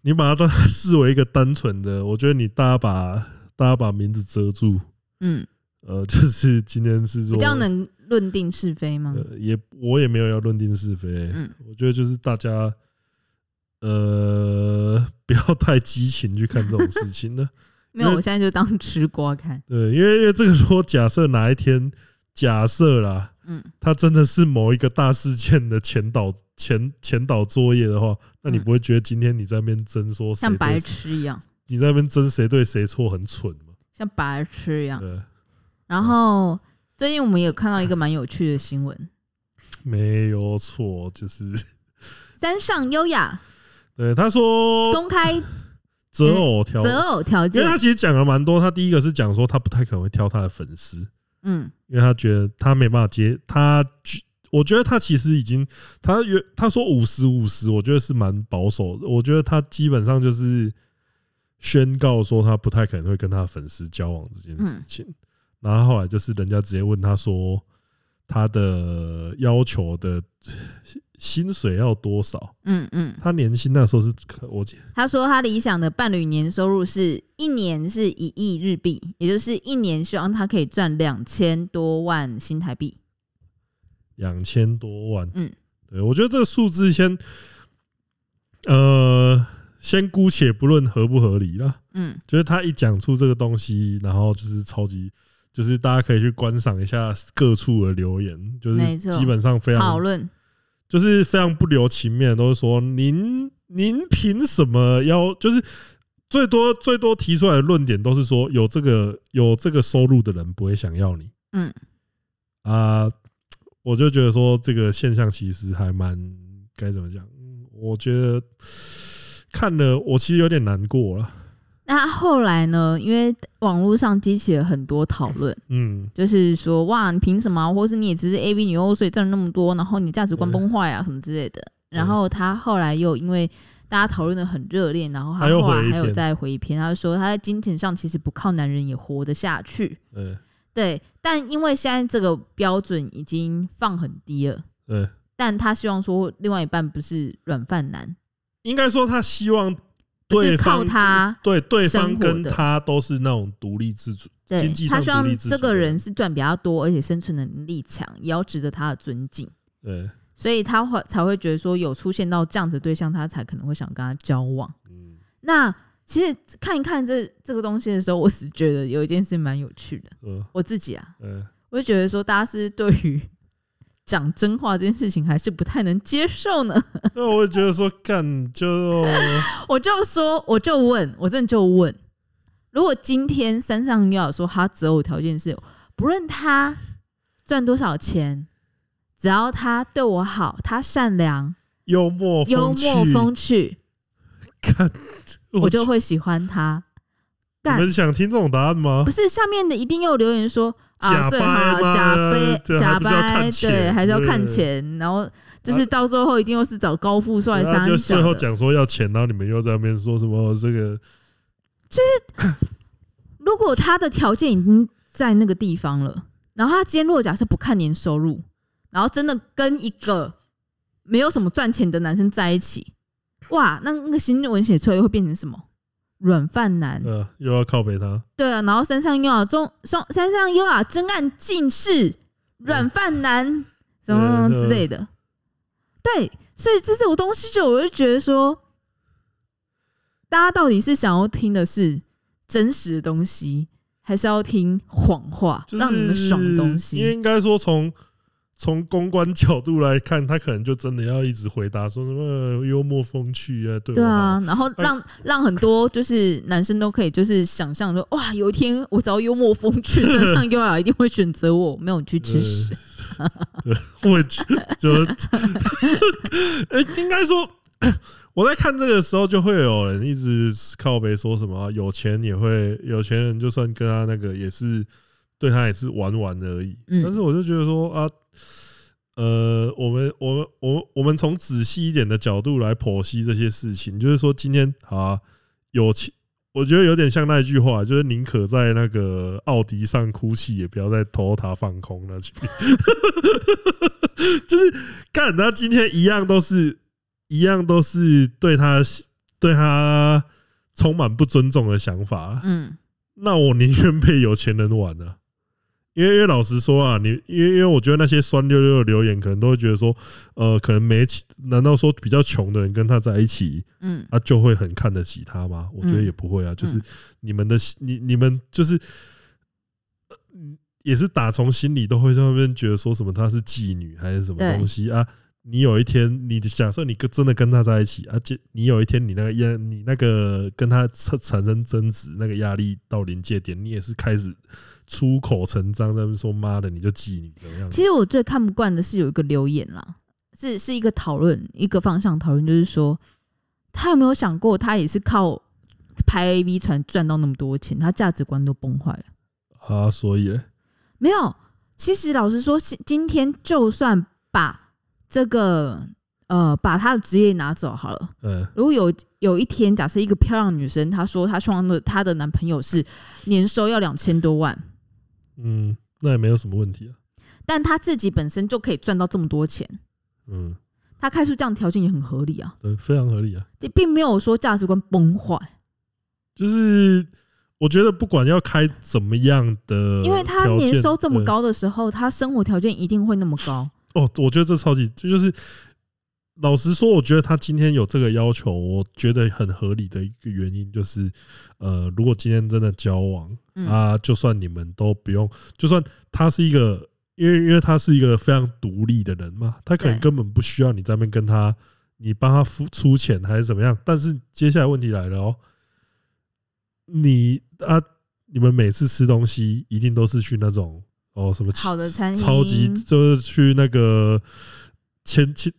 你把它当视为一个单纯的，我觉得你大家把大家把名字遮住，
嗯，
呃，就是今天是说
比较能论定是非吗？
呃，也我也没有要论定是非、
嗯
我觉得就是大家呃不要太激情去看这种事情了。
没有，
因为
我现在就当吃瓜看。
对，因为因为这个如果假设哪一天，假设啦，
嗯，
它真的是某一个大事件的前导前前导作业的话，那你
嗯
不会觉得今天你在那边争说谁
像白
对谁，
痴一样，
你在那边争谁对谁错很蠢吗？
像白痴一样。
对，
然后最近我们有看到一个蛮有趣的新闻，
没有错，就是
三上优雅
对他说
公开
择偶条，
择偶条
哦因
件
为，他其实讲了蛮多。他第一个是讲说他不太可能会挑他的粉丝，
嗯
因为他觉得他没办法接他觉，我觉得他其实已经他原他说五十五十，我觉得是蛮保守的。我觉得他基本上就是宣告说他不太可能会跟他的粉丝交往这件事情。然后后来就是人家直接问他说他的要求的薪水要多少？
嗯嗯。
他年薪那时候是可我记
他说他理想的伴侣年收入是一年是一亿日币，也就是一年希望他可以赚两千多万新台币。
两千多万。
嗯，
对我觉得这个数字先，呃，先姑且不论合不合理啦，
嗯
就是他一讲出这个东西，然后就是超级，就是大家可以去观赏一下各处的留言，就是
没错
基本上非
讨
常，
论
就是非常不留情面，都是说您您凭什么要就是。最多最多提出来的论点都是说有这个有这个收入的人不会想要你，
嗯
啊、我就觉得说这个现象其实还蛮该怎么讲？嗯我觉得看了我其实有点难过了。
那他后来呢？因为网络上激起了很多讨论，
嗯，
就是说哇，你凭什么啊？或是你也只是 AV 女优，所以赚那么多，然后你价值观
嗯
崩坏啊，什么之类的。然
嗯
后他后来又因为大家讨论的很热烈，然后他
他又
后
回
来
一
还有
篇
再回一篇，他就说他在金钱上其实不靠男人也活得下去。
对
对，但因为现在这个标准已经放很低了，
对，
但他希望说另外一半不是软饭男，
应该说他希望
不是
对
靠
方
他，
对对方
生活
跟
的
他都是那种独立自主。
对
经济
他
上
希
独立
望
自
这
主
个
的
人是赚比较多，而且生存能力强，也要值得他的尊敬，
对，
所以他会才会觉得说有出现到这样子的对象，他才可能会想跟他交往。
嗯，
那其实看一看这这个东西的时候，我是觉得有一件事蛮有趣的，
嗯，
我自己啊，
嗯，
我就觉得说大家是对于 讲真话这件事情还是不太能接受呢。
那我也觉得说干就
我就说，我就问，我真的就问，如果今天山上要说他择偶条件是不论他赚多少钱，只要他对我好，他善良、
幽默
幽默
趣
风趣，
干，
我就会喜欢他。
你
干
们想听这种答案吗
不？是下面的一定又留言说
假掰
啊，最好
吗
假掰
这还
假
不是要
掰，
看钱
对，还是要
对
看钱，然后就是到最后一定又是找高富帅
然
三
后啊就
小
最后
的
讲说要钱，然后你们又在那边说什么这个
如果他的条件已经在那个地方了，然后他今天如果假设不看年收入，然后真的跟一个没有什么赚钱的男生在一起，哇，那那个新闻写出来又会变成什么？软饭男，
呃，又要靠北他，
对啊，然后山上优雅中山山上优雅真案近视，软饭男，什么什么之类的，对，所以这种东西就我就觉得说，大家到底是想要听的是真实的东西，还是要听谎话，
就是
让你们爽的东西？
因为应该说从从公关角度来看，他可能就真的要一直回答说什么呃幽默风趣啊，对
对
我好
啊，然后让让很多就是男生都可以就是想象说，哇，有一天我只要幽默风 趣，身上优雅一定会选择我，没有你去吃屎。
我觉就，呃，应该说，我在看这个时候，就会有人一直靠背说什么、啊有钱也会，有钱人就算跟他那个也是对他也是玩玩而已。
嗯
但是我就觉得说啊，呃，我们我们我们我们从仔细一点的角度来剖析这些事情，就是说今天啊，有钱。我觉得有点像那一句话，就是宁可在那个奥迪上哭泣，也不要在 Toyota 放空那句。就是干，他今天一样都是，一样都是对他对他充满不尊重的想法。
嗯，
那我宁愿被有钱人玩呢、因为因为老实说啊，你因为因为我觉得那些酸溜溜的留言，可能都会觉得说，呃，可能没钱，难道说比较穷的人跟他在一起，
嗯，
啊，就会很看得起他吗？我觉得
嗯
也不会啊，就是
嗯
你们的你你们就是，呃也是打从心里都会在那边觉得说什么她是妓女还是什么
对
东西啊。你有一天，你假设你跟真的跟他在一起，而且你有一天你那个压，你那个跟他产产生争执，那个压力到临界点，你也是开始出口成章，在那边说妈的，你就妓女怎么样？
其实我最看不惯的是有一个留言啦，是是一个讨论，一个方向讨论，就是说他有没有想过，他也是靠拍 A V 船赚到那么多钱，他价值观都崩坏了。
啊，所以嘞
没有，其实老实说，今今天就算把这个呃把他的职业拿走好了，
嗯，
如果有有一天，假设一个漂亮女生，她说她希望的她的男朋友是年收要两千多万，
嗯，那也没有什么问题啊，
但她自己本身就可以赚到这么多钱，
嗯，
她开出这样的条件也很合理啊，
对，非常合理啊。
这并没有说价值观崩坏，
就是我觉得不管要开怎么样呃的条件，
因为她年收这么
对
高的时候，她生活条件一定会那么 高。
哦，我觉得这超级这就是。老实说，我觉得他今天有这个要求，我觉得很合理的一个原因就是，呃，如果今天真的交往
嗯，
啊，就算你们都不用，就算他是一个，因为因为他是一个非常独立的人嘛，他可能
对
根本不需要你在那边跟他，你帮他付出钱还是怎么样。但是接下来问题来了哦，你啊，你们每次吃东西一定都是去那种哦什么
好的餐厅，
超级就是去那个前前，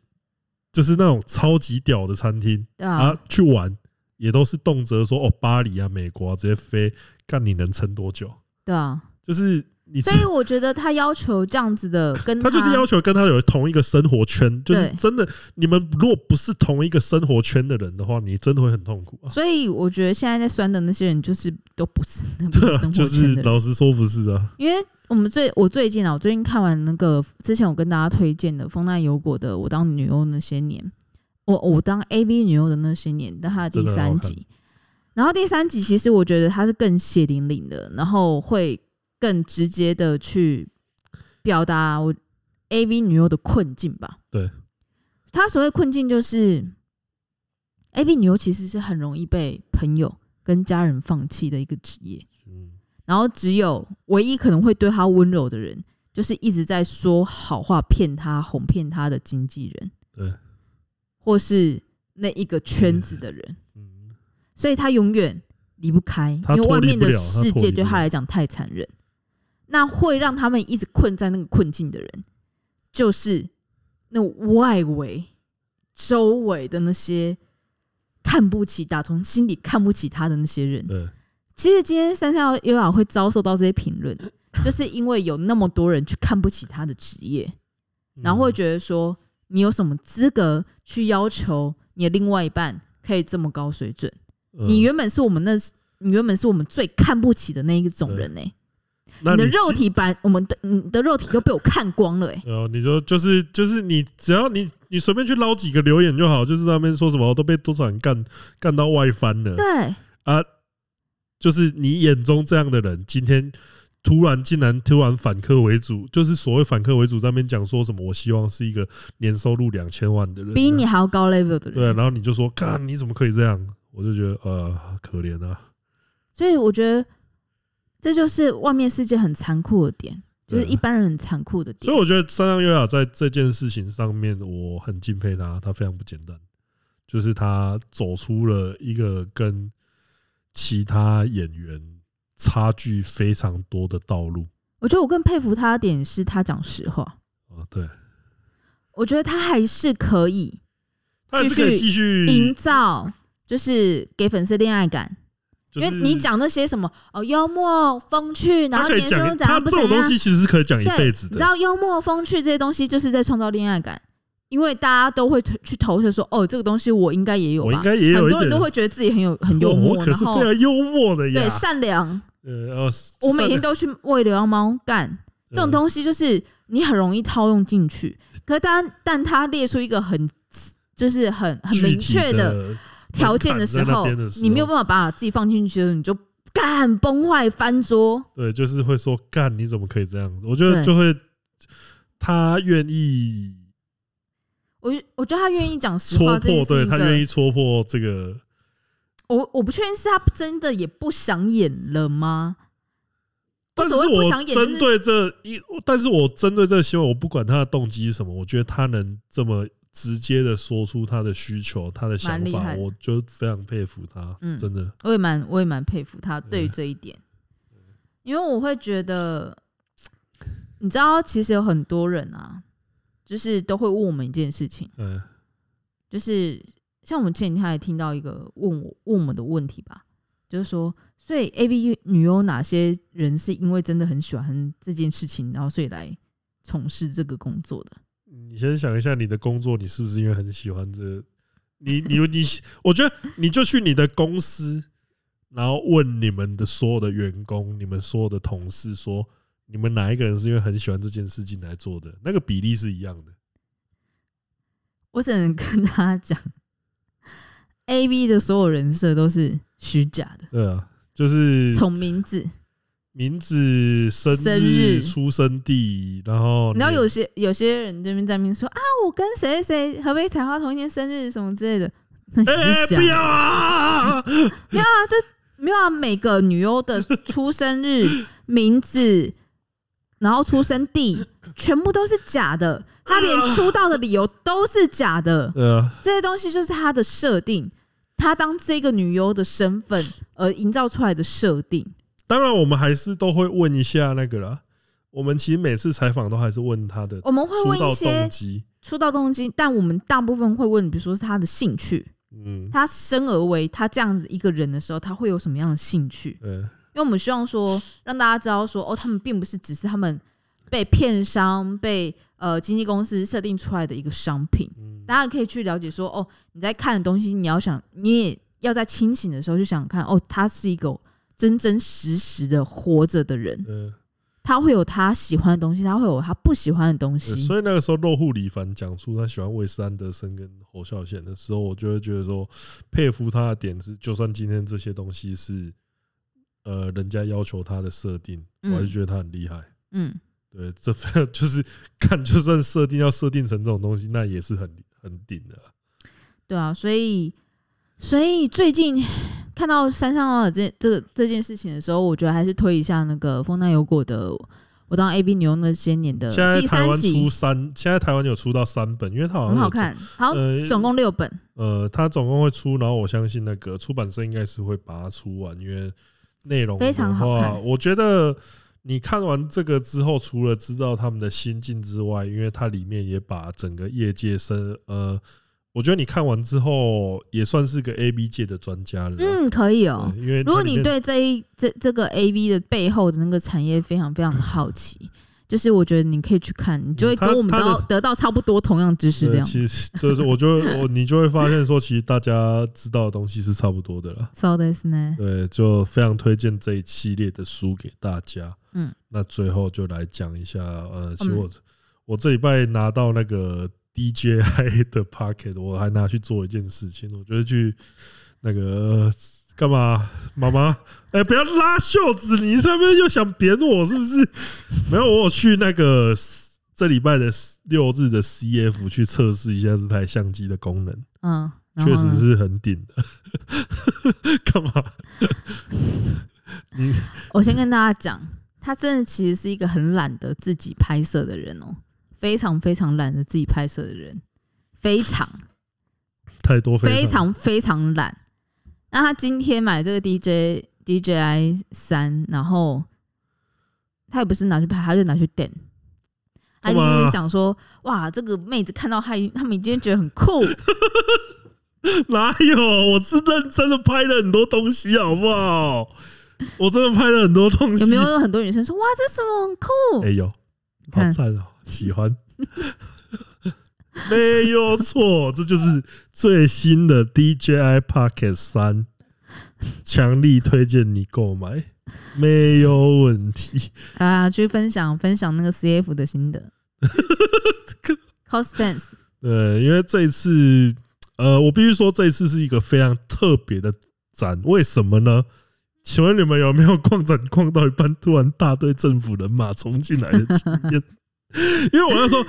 就是那种超级屌的餐厅
对啊，
啊去玩，也都是动辄说哦巴黎啊美国啊直接飞，看你能撑多久？
对啊，
就是你
所以我觉得他要求这样子 的跟
他就是要求跟他有同一个生活圈，就是
对
真的你们如果不是同一个生活圈的人的话，你真的会很痛苦啊。
所以我觉得现在在酸的那些人，就是都不是 那不是生
就
活圈
是
的人，
老实说不是啊，
因为我们最我最近啊，我最近看完那个之前我跟大家推荐的丰奈有果的《我当女优那些年》，我我当 A V 女优的那些年，但它的第
真的很好
三集，然后第三集其实我觉得它是更血淋淋的，然后会更直接的去表达我 A V 女优的困境吧。
对，
她所谓困境就是 A V 女优其实是很容易被朋友跟家人放弃的一个职业。
嗯，
然后只有唯一可能会对他温柔的人，就是一直在说好话骗他、哄骗他的经纪人，
对，
或是那一个圈子的人，
嗯，
所以他永远离不开，
他
因为
脱
外
离
面
不
的
了他
世
脱
界
离
对
不
他
了
来讲太残忍。那会让他们一直困在那个困境的人，就是那外围、周围的那些看不起、打从心里看不起他的那些人。
对，嗯
其实今天三三优雅会遭受到这些 评论，就是因为有那么多人去看不起他的职业，
嗯
然后会觉得说你有什么资格去要求你的另外一半可以这么高水准？
嗯
你原本是我们那，你原本是我们最看不起的那一种人呢、
嗯
欸
那
你的
你
肉体 把我们的你的肉体都被我看光了、欸，
呃，你说就是就是你，只要你你随便去捞几个留言就好，就是他们说什么哦都被多少人干干到外翻了，
对，
就是你眼中这样的人，今天突然竟然突然反客为主，就是所谓反客为主，在那边讲说什么，我希望是一个年收入两千万的人，
比你还要高 level 的
对，啊
人
然，后你就说，看你怎么可以这样，我就觉得呃可怜啊，
所以我觉得这就是外面世界很残酷的点，就是
对
一般人很残酷的
所
点
以。我觉得山上优雅在这件事情上面，我很敬佩他，他非常不简单，就是他走出了一个跟其他演员差距非常多的道路
我觉得我更佩服他的点是他讲实话，
啊，对，
我觉得他还是可以
他还是可以继
营
续，
造，就是给粉丝恋爱感。
就是
因为你讲那些什么哦，幽默风趣，然
他
后
可以
年收入
讲，
怎
他
样不
这
怎
种东
样，
西其实是可以讲一
对，
辈子
你
的
知，道幽默风趣这些东西就是在创造恋爱感，因为大家都会去投射说，哦，这个东西我应该也有
我
吧。
应该也有
很
一
多
点
人都会觉得自己很有很幽
我
默，
我可
然
是非
后
常幽默的呀
对，善良。
呃，哦
我每天都去喂流浪猫干，这种
西，
东西就是你很容易套用进去。可是但但他列出一个很就是很
呃
很
具
明
体
确的
的
条件的时
门槛在那
候
边的时，候
你没有办法把自己放进去的时候，你就干崩坏翻桌。
对，就是会说干你怎么可以这样子？我觉得
对
就会他愿意
我觉我觉得他愿意讲实
戳
话，这
破，
也是
对
一
他愿
个
意戳破这个，
我我不确定是他真的也不想演了吗？
但是
所谓不
我
想演
针对这一，但是我针对这个新闻，我不管他的动机是什么，我觉得他能这么直接的说出他的需求、他的想
蛮厉
法，
害的
我就非常佩服他，
嗯
真的。
我也蛮我也蛮佩服他
嗯
对于这一点，因为我会觉得，你知道，其实有很多人啊，就是都会问我们一件事情，
嗯，
就是像我们前几天还听到一个问我问我们的问题吧，就是说，所以 A V 女优哪些人是因为真的很喜欢这件事情，然后所以来从事这个工作的？
你先想一下你的工作，你是不是因为很喜欢这个你你你，我觉得你就去你的公司，然后问你们的所有的员工、你们所有的同事说，你们哪一个人是因为很喜欢这件事情来做的？那个比例是一样的。
我只能跟大家讲，A V 的所有人设都是虚假的，
对啊，就是
从名字，
名字、生
生
日、
日
出生地，然后
你知道
哦你
有些有些人这边在那边说啊，我跟谁谁谁何北采花同一天生日什么之类的，那
哎、哎
也是假
不
的
要啊！
没有啊，每个女优的出生 日、名字，然后出生地，全部都是假的。她连出道的理由都是假的，
对啊，
这些东西就是她的设定，她当这个女优的身份而营造出来的设定。
当然我们还是都会问一下那个啦。我们其实每次采访都还是问他的
我们哦会
出
问一
道
些
动机。
出道动机，但我们大部分会问，比如说是她的兴趣，
嗯，
她生而为她这样子一个人的时候，她会有什么样的兴趣？
对，
因为我们希望说让大家知道说，哦，他们并不是只是他们被片商、被呃经纪公司设定出来的一个商品，
嗯，
大家可以去了解说，哦，你在看的东西，你要想，你也要在清醒的时候去想想看，哦，他是一个真真实实的活着的人，
呃
他会有他喜欢的东西，他会有他不喜欢的东西。
所以那个时候，肉户李凡讲出他喜欢魏斯安德森跟侯孝贤的时候，我就会觉得说，佩服他的点是，就算今天这些东西是呃人家要求他的设定，我还是
嗯
觉得他很厉害。
嗯，
对，这 就是看，就算设定要设定成这种东西，那也是很很顶的啊。
对啊，所以所以最近看到山上奥尔这这个这件事情的时候，我觉得还是推一下那个风奈有果的《我当 A B 女佣那些年》的
现在
呃第
台
三
湾出
集，
三，现在台湾有出到三本，因为它好像
很好
有
看，哦好，
呃
总共六本，
呃，它总共会出，然后我相信那个出版社应该是会把它出完，因为内容的
非常好
话
看
我觉得你看完这个之后，除了知道他们的心境之外，因为它里面也把整个业界生呃，我觉得你看完之后也算是个 A B 界的专家了啦。
嗯，可以
对，
哦。
因为
如果
它里
你
面
对这一这这个 A V 的背后的那个产业非常非常的好奇，就是我觉得你可以去看，你就会
嗯它
跟我们
它
得
的
到得到差不多同样知识
对
量，
其实就是我就会我你就会发现说，其实大家知道的东西是差不多的啦。
そうですね。
对，就非常推荐这一系列的书给大家。
嗯，
那最后就来讲一下，呃，其实
嗯
我、我这礼拜拿到那个 DJI 的 Pocket，我还拿去做一件事情，我觉得去那个呃干嘛？妈妈，哎、不要拉袖子，你这边又想扁我是不是？没有，我有去那个这礼拜的六日的 CF 去测试一下这台相机的功能。
嗯，然
确
后
实
呢？
是很顶的。 干嘛？你
我先跟大家讲，他真的其实是一个很懒得自己拍摄的人哦、非常非常懒得自己拍摄的人，非常
太 多
非
常
常非常懒。那他今天买这个 DJ DJI 三，然后他也不是拿去拍，他就拿去电。他就是
哇
想说，哇，这个妹子看到他，他们已经觉得很 酷，
哪有？我是认真的拍了很多东西，好不好？我真的拍了很多东西。
有没有很多女生说，哇，这什么很酷？
哎呦，好
看
赞哦、喜欢。没有错，这就是最新的 DJI Pocket 三，强力推荐你购买，没有问题。
啊，去分享分享那个 CF 的心 得。Cosfans
对，因为这一次，呃，我必须说这一次是一个非常特别的展，为什么呢？请问你们有没有逛展逛到一半，突然大队政府人马冲进来的经验？ 因为我那时候，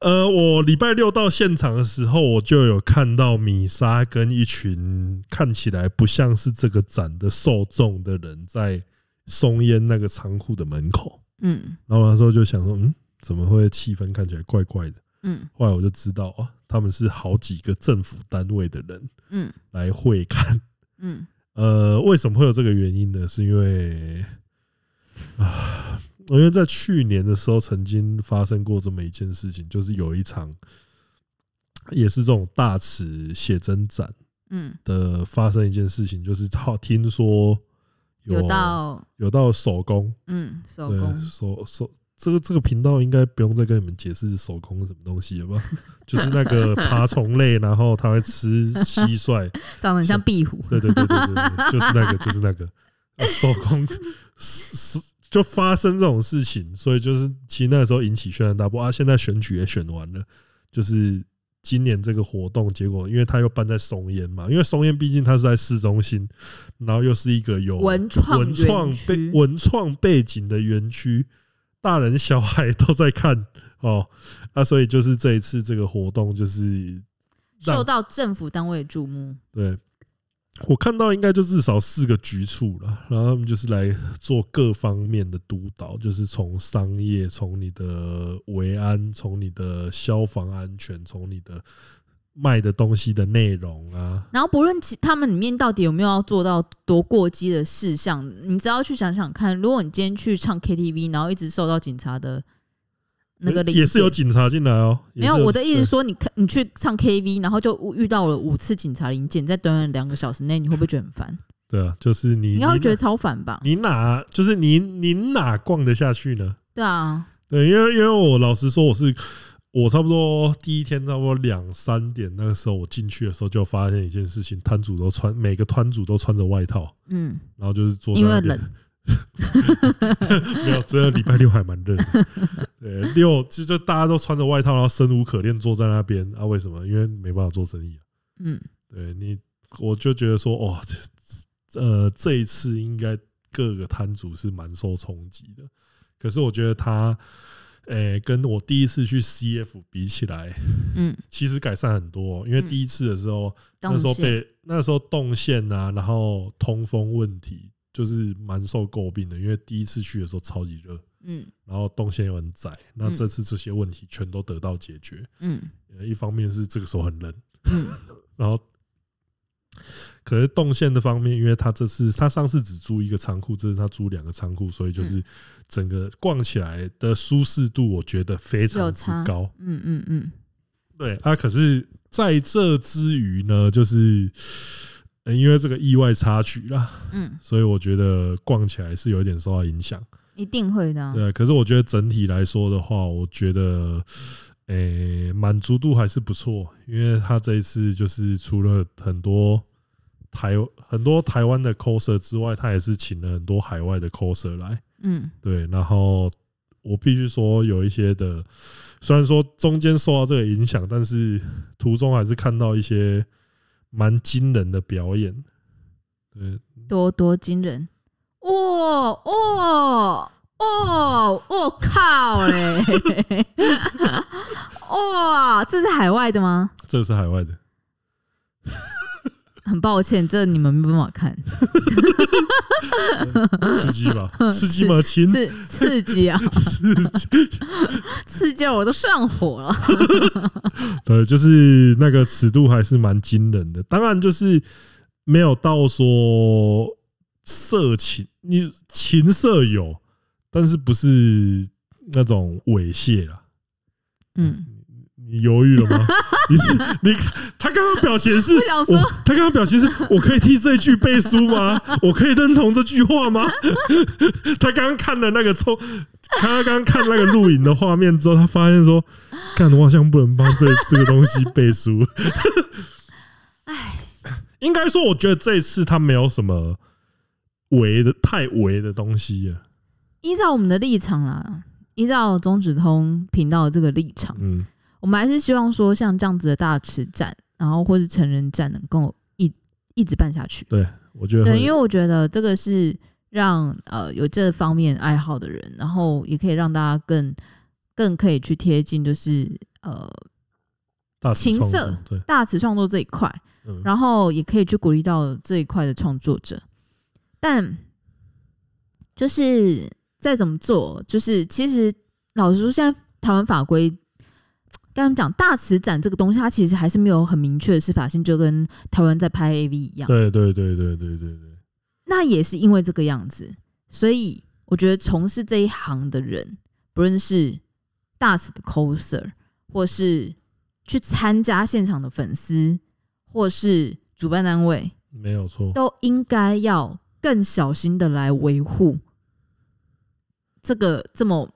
呃，我礼拜六到现场的时候，我就有看到米莎跟一群看起来不像是这个展的受众的人在松烟那个仓库的门口，
嗯
然后我那时候就想说，嗯，怎么会气氛看起来怪怪的？
嗯
后来我就知道哦，他们是好几个政府单位的人
嗯
来会看。
嗯，
呃，为什么会有这个原因呢？是因为啊，因为在去年的时候曾经发生过这么一件事情，就是有一场也是这种大尺写真展
嗯，
的发生一件事情，就是好听说有
有到
有到手工
嗯手
对
工，
手手这个这个频道应该不用再跟你们解释手工是什么东西了吧？ 就是那个爬虫类，然后它会吃蟋蟀，
长得很像壁虎，
对对对对对对，就是那个就是那个、啊手工是是就发生这种事情，所以就是其实那个时候引起轩然大波啊。现在选举也选完了，就是。今年这个活动结果，因为它又办在松烟嘛，因为松烟毕竟它是在市中心，然后又是一个有
文创
文创
园
背
区
文创背景的园区，大人小孩都在看哦。那所以就是这一次这个活动，就是 让
受到政府单位的注目。
对我看到应该就至少四个局处了，然后他们就是来做各方面的督导，就是从商业，从你的维安，从你的消防安全，从你的卖的东西的内容啊，
然后不论其他们里面到底有没有要做到多过激的事项，你只要去想想看，如果你今天去唱 KTV，然后一直受到警察的那个临
也是有
检
警察进来哦、也
没有
是
我的意思
对
是说，你看你去唱 KTV，然后就遇到了五次警察临检，在短短两个小时内，你会不会觉得很烦？
对啊，就是你
你应该会觉得
哪
超烦吧？
你哪就是你你哪逛得下去呢？
对啊，
对，因为因为我老实说，我是我差不多第一天差不多两三点那个时候，我进去的时候就发现一件事情，摊主都穿每个摊主都穿着外套，
嗯，
然后就是坐在
因为
那边
冷，
没有，真的礼拜六还蛮热的。对，六就就大家都穿着外套，然后生无可恋坐在那边啊？为什么？因为没办法做生意啊。
嗯，
对你，我就觉得说，哦，这呃，这一次应该各个摊主是蛮受冲击的。可是我觉得他，诶、跟我第一次去 CF 比起来，
嗯，
其实改善很多哦、因为
嗯
第一次的时候，
当
那时候
线
被那时候动线啊，然后通风问题就是蛮受诟病的，因为第一次去的时候超级热，
嗯
然后动线又很窄。那这次这些问题全都得到解决。
嗯
呃一方面是这个时候很冷，
嗯
然后可是动线的方面，因为他这次他上次只租一个仓库，这次他租两个仓库，所以
嗯
就是整个逛起来的舒适度，我觉得非
有
常之
差
高。
嗯嗯嗯，
对啊，可是在这之余呢，就是、呃因为这个意外插曲啦，
嗯，
所以我觉得逛起来是有一点受到影响。
一定会的啊、
对，可是我觉得整体来说的话，我觉得，诶、满足度还是不错，因为他这一次就是除了很多台很多台湾的 coser 之外，他也是请了很多海外的 coser 来，
嗯
对，然后我必须说有一些的，虽然说中间受到这个影响，但是途中还是看到一些蛮惊人的表演，对，
多多惊人！哦哦哦，我靠嘞！哇，这是海外的吗？
这是海外的，
很抱歉，这你们没办法看，
刺激 吧？刺激吗？亲，
刺刺激啊，
刺激。
刺激得我都上火了。
对，就是那个尺度还是蛮惊人的。当然，就是没有到说色情，你情色有，但是不是那种猥亵啦。
嗯，
你犹豫了吗？ 你是你，他刚刚表情是，
我想说
我他刚刚表情是我可以替这一句背书吗？我可以认同这句话吗？ 他刚刚看了那个抽，他刚刚看那个录影的画面之后，他发现说，干，我好像不能帮这这个东西背 书。应该说，我觉得这一次他没有什么违的太违的东西啊了。
依照我们的立场啦，依照中指通频道的这个立场，
嗯，
我们还是希望说像这样子的大池展，然后或是成人展，能够一一直办下去。
我觉得
对，因为
会
我觉得这个是让呃有这方面爱好的人，然后也可以让大家更更可以去贴近，就是呃
大致
情
创
色
作对，
大词创作这一块，
嗯
然后也可以去鼓励到这一块的创作者。但就是再怎么做，就是其实老实说，现在台湾法规。刚刚讲大词展这个东西，它其实还是没有很明确的司法性，就跟台湾在拍 AV 一样。
对对对对对对对。
那也是因为这个样子，所以我觉得从事这一行的人，不论是大使的 coser，或是去参加现场的粉丝，或是主办单位，
没有错，
都应该要更小心的来维护这个这么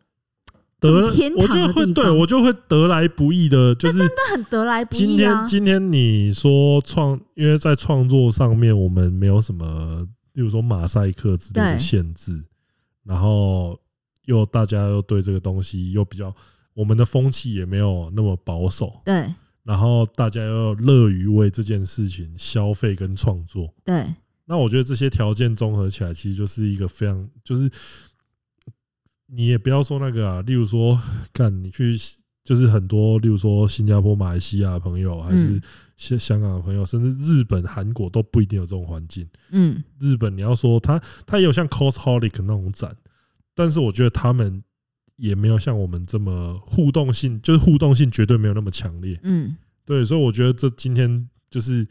这
得
么
了
天，
我
堂
就
的
会
地
对
方
我就会得来不易的，就是
那很得来不
今
易啊
天。今天你说创，因为在创作上面我们没有什么，例如说马赛克之类的
对
限制，然后又大家又对这个东西又比较，我们的风气也没有那么保守，
对
然后大家又乐于为这件事情消费跟创作，
对
那我觉得这些条件综合起来，其实就是一个非常，就是你也不要说那个啊，例如说，干你去就是很多，例如说新加坡、马来西亚的朋友，还是
嗯
香香港的朋友，甚至日本、韩国都不一定有这种环境。
嗯，
日本你要说他，他也有像 cosholic 那种展，但是我觉得他们也没有像我们这么互动性，就是互动性绝对没有那么强烈。
嗯
对，所以我觉得这今天就是，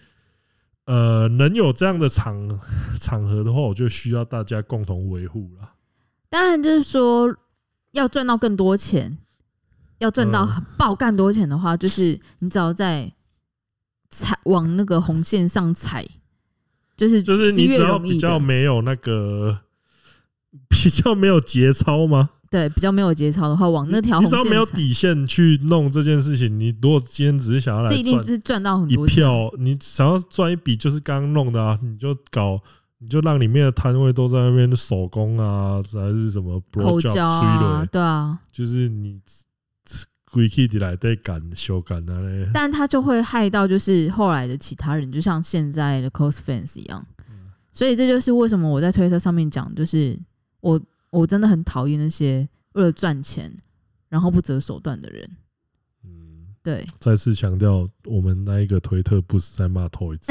呃，能有这样的场场合的话，我就需要大家共同维护了。
当然就是说要赚到更多钱，要赚到
嗯
很爆干多钱的话，就是你只要在踩往那个红线上踩，就是
就是你
越
只要
容
比
易
较
的，
没有那个，比较没有节操吗？
对比较没有节操的话，往哦那条
你
红
只要没
线
有
踩，
底线去弄这件事情，你如果今天只是想要来
这一定
赚
是赚到很
一
多钱。
票，你想要赚一笔，就是刚刚弄的啊，你就搞。你就让里面的摊位都在那边手工啊，还是什么 b r
口
o
交
欸
啊，对啊，
就是你鬼气的来在赶修赶啊嘞，
但他就会害到就是后来的其他人，就像现在的 cos fans 一样。所以这就是为什么我在推特上面讲，就是我我真的很讨厌那些为了赚钱然后不择手段的人。
嗯，
对，
再次强调，我们那一个推特不是在骂 Toys，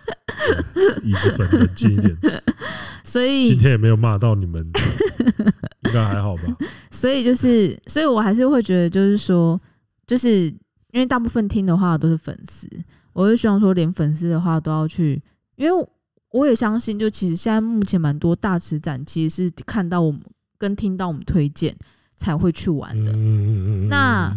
对椅子转冷静 一点，
所
今
以
天也没有骂到你 们，应该还好吧？
所以就是，所以我还是会觉得，就是说，就是因为大部分听的话都是粉丝，我就希望说，连粉丝的话都要去，因为我也相信，就其实现在目前蛮多大池展其实是看到我们跟听到我们推荐才会去玩
嗯
的。
嗯嗯嗯，
那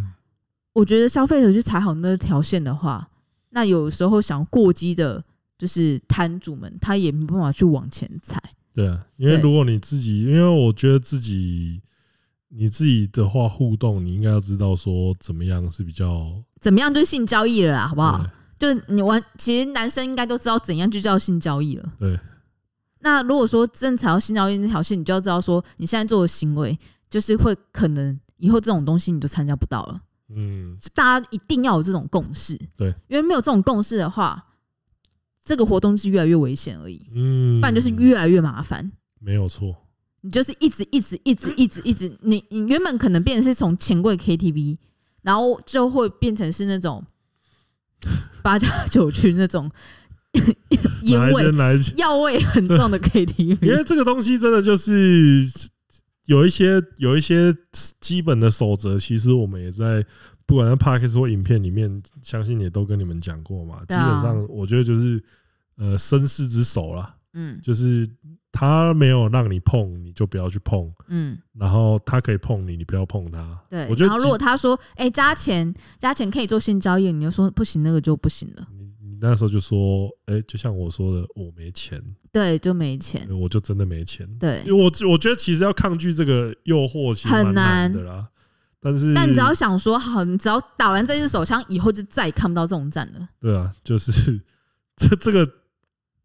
我觉得消费者去踩好那条线的话，那有时候想过激的，就是摊主们他也没办法去往前踩。
对啊，因为
对
如果你自己，因为我觉得自己你自己的话互动，你应该要知道说怎么样是比较
怎么样就是性交易了啦，好不好？
对
就是你玩，其实男生应该都知道怎样就叫性交易了。
对。
那如果说正踩到性交易那条线，你就要知道说，你现在做的行为就是会可能以后这种东西你就参加不到了。
嗯
就大家一定要有这种共识，
对，
因为没有这种共识的话，这个活动是越来越危险而已，
嗯，
不然就是越来越麻烦。
没有错，
你就是一直一直一直一直一直，你你原本可能变成是从钱柜 KTV，然后就会变成是那种 八加九去那种烟
哪一
味
间、哪一间，
药味很重 的
因
KTV。
为这个东西真的就是有一些有一些基本的守则，其实我们也在不管在 p a r k 或影片里面，相信也都跟你们讲过嘛。基
对啊
本上，我觉得就是呃绅士之手啦，
嗯
就是他没有让你碰，你就不要去碰；
嗯，
然后他可以碰你，你不要碰他。
对
我。觉
然
得
后如果他说，哎、加钱加钱可以做性交易，你就说不行，那个就不行了，
你你那时候就说，哎、就像我说的，我没钱，
对，就没钱，
我就真的没钱。
对。
因为我我觉得其实要抗拒这个诱惑，其实蛮
很
难
难
的啦。但是，
但你只要想说好，你只要打完这支手枪以后，就再也看不到这种站了。
对啊，就是 这这个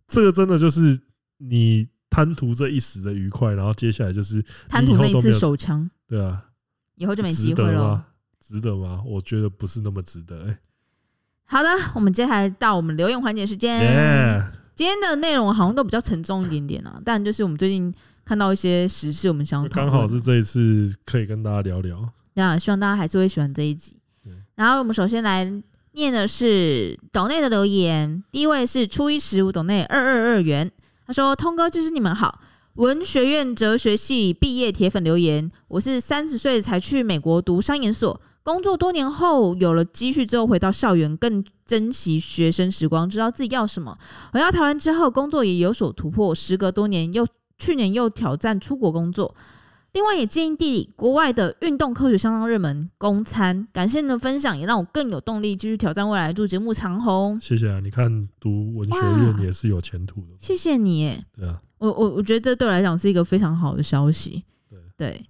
这个真的就是你贪图这一时的愉快，然后接下来就是
贪图那
以后
一
都没
次
有
手枪
对啊，
以后就没
值
机
得
会了
吗。？值得吗？我觉得不是那么值得、欸。
好的，我们接下来到我们留言环节时间。
耶、
今天的内容好像都比较沉重一点点啊，但就是我们最近看到一些时事，我们想要讨
刚
论
好是这一次可以跟大家聊聊。
那希望大家还是会喜欢这一集
对。
然后我们首先来念的是斗内的留言，第一位是初一十五斗内二二二元，他说：“通哥，就是你们好。”文学院哲学系毕业铁粉留言：我是三十岁才去美国读商研所，工作多年后有了积蓄之后，回到校园更珍惜学生时光，知道自己要什么。回到台湾之后，工作也有所突破，时隔多年又去年又挑战出国工作，另外也建议弟弟，国外的运动科学相当热门，公参。感谢你的分享，也让我更有动力继续挑战未来，祝节目长红。
谢谢啊！你看读文学院也是有前途的，
谢谢你耶，
对啊，
我我我觉得这对我来讲是一个非常好的消息。
对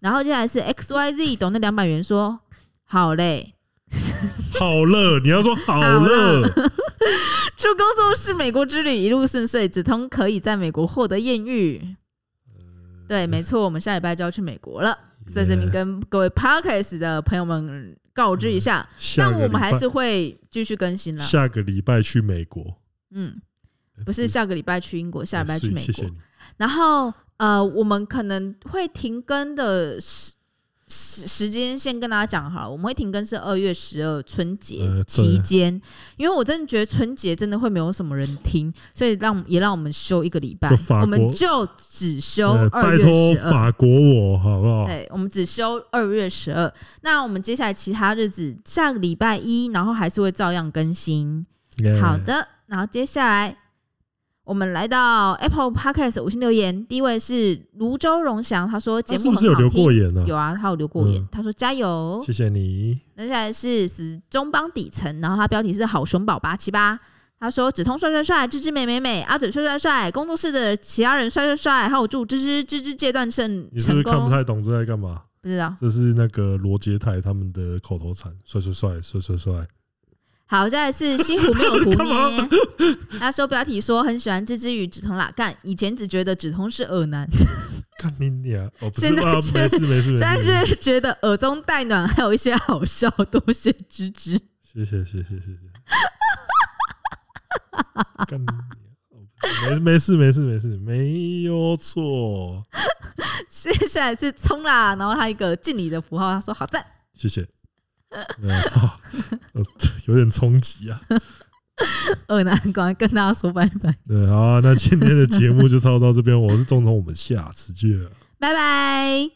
然后接下来是 X Y Z 懂那两百元说好嘞，
好了，你要说好了，
祝工作室美国之旅一路顺遂，子通可以在美国获得艳遇。
呃
对，没错，我们下礼拜就要去美国了，在这边
耶嗯
跟各位 Parkers 的朋友们告知一下。
下
但
个
我们
礼
还
拜
是会继续更新啦。
下呃个礼拜去美国，
嗯，不是下个礼拜去英国，下礼拜去美
谢呃谢
国。
你。
然后呃，我们可能会停更的时时时间先跟大家讲好了，我们会停更是二月十二春节
呃对
期间，因为我真的觉得春节真的会没有什么人听，所以让也让我们休一个礼拜
就法，国
我们就只休
呃
二
拜
月
托
十二。
法国我好不好？
对，我们只休二月十二。那我们接下来其他日子，下个礼拜一，然后还是会照样更新。
耶
好，的，然后接下来我们来到 Apple Podcast 五星留言，第一位是泸州荣祥，他说节
他是
目
不是有
很好
留
听
过眼呢？
有啊，他有留过言，
嗯
他说加油。
谢谢你，
接下来是死中帮底层，然后他标题是好熊宝八七八。他说：“止痛帅帅帅，芝芝美美美，阿嘴帅帅帅，工作室的其他人帅帅帅，还有祝芝芝芝芝戒断胜
你是不
成
是看不
功。
太懂这在干嘛？
不知道。
这是那个罗杰泰他们的口头禅，帅帅帅帅帅帅。
好，再来是西湖没有湖
干嘛
呢。他说标题说很喜欢芝芝与止痛拉干，以前只觉得止痛是恶男，
看你俩，哦，不是
现在
啊，
觉
没事没事没
现在
事。
是觉得耳中带暖，还有一些好笑，多谢芝芝。
谢谢谢谢谢谢。干你俩哦不是没没事没事没事，没有错，
接下来是冲啦，然后他一个敬礼的符号，他说好赞。
谢谢。嗯，好，呃有点冲击啊。
恶男，赶快跟大家说拜拜，
对，好啊、那今天的节目就差不多到这边，我是钟总，我们下次见。
拜拜。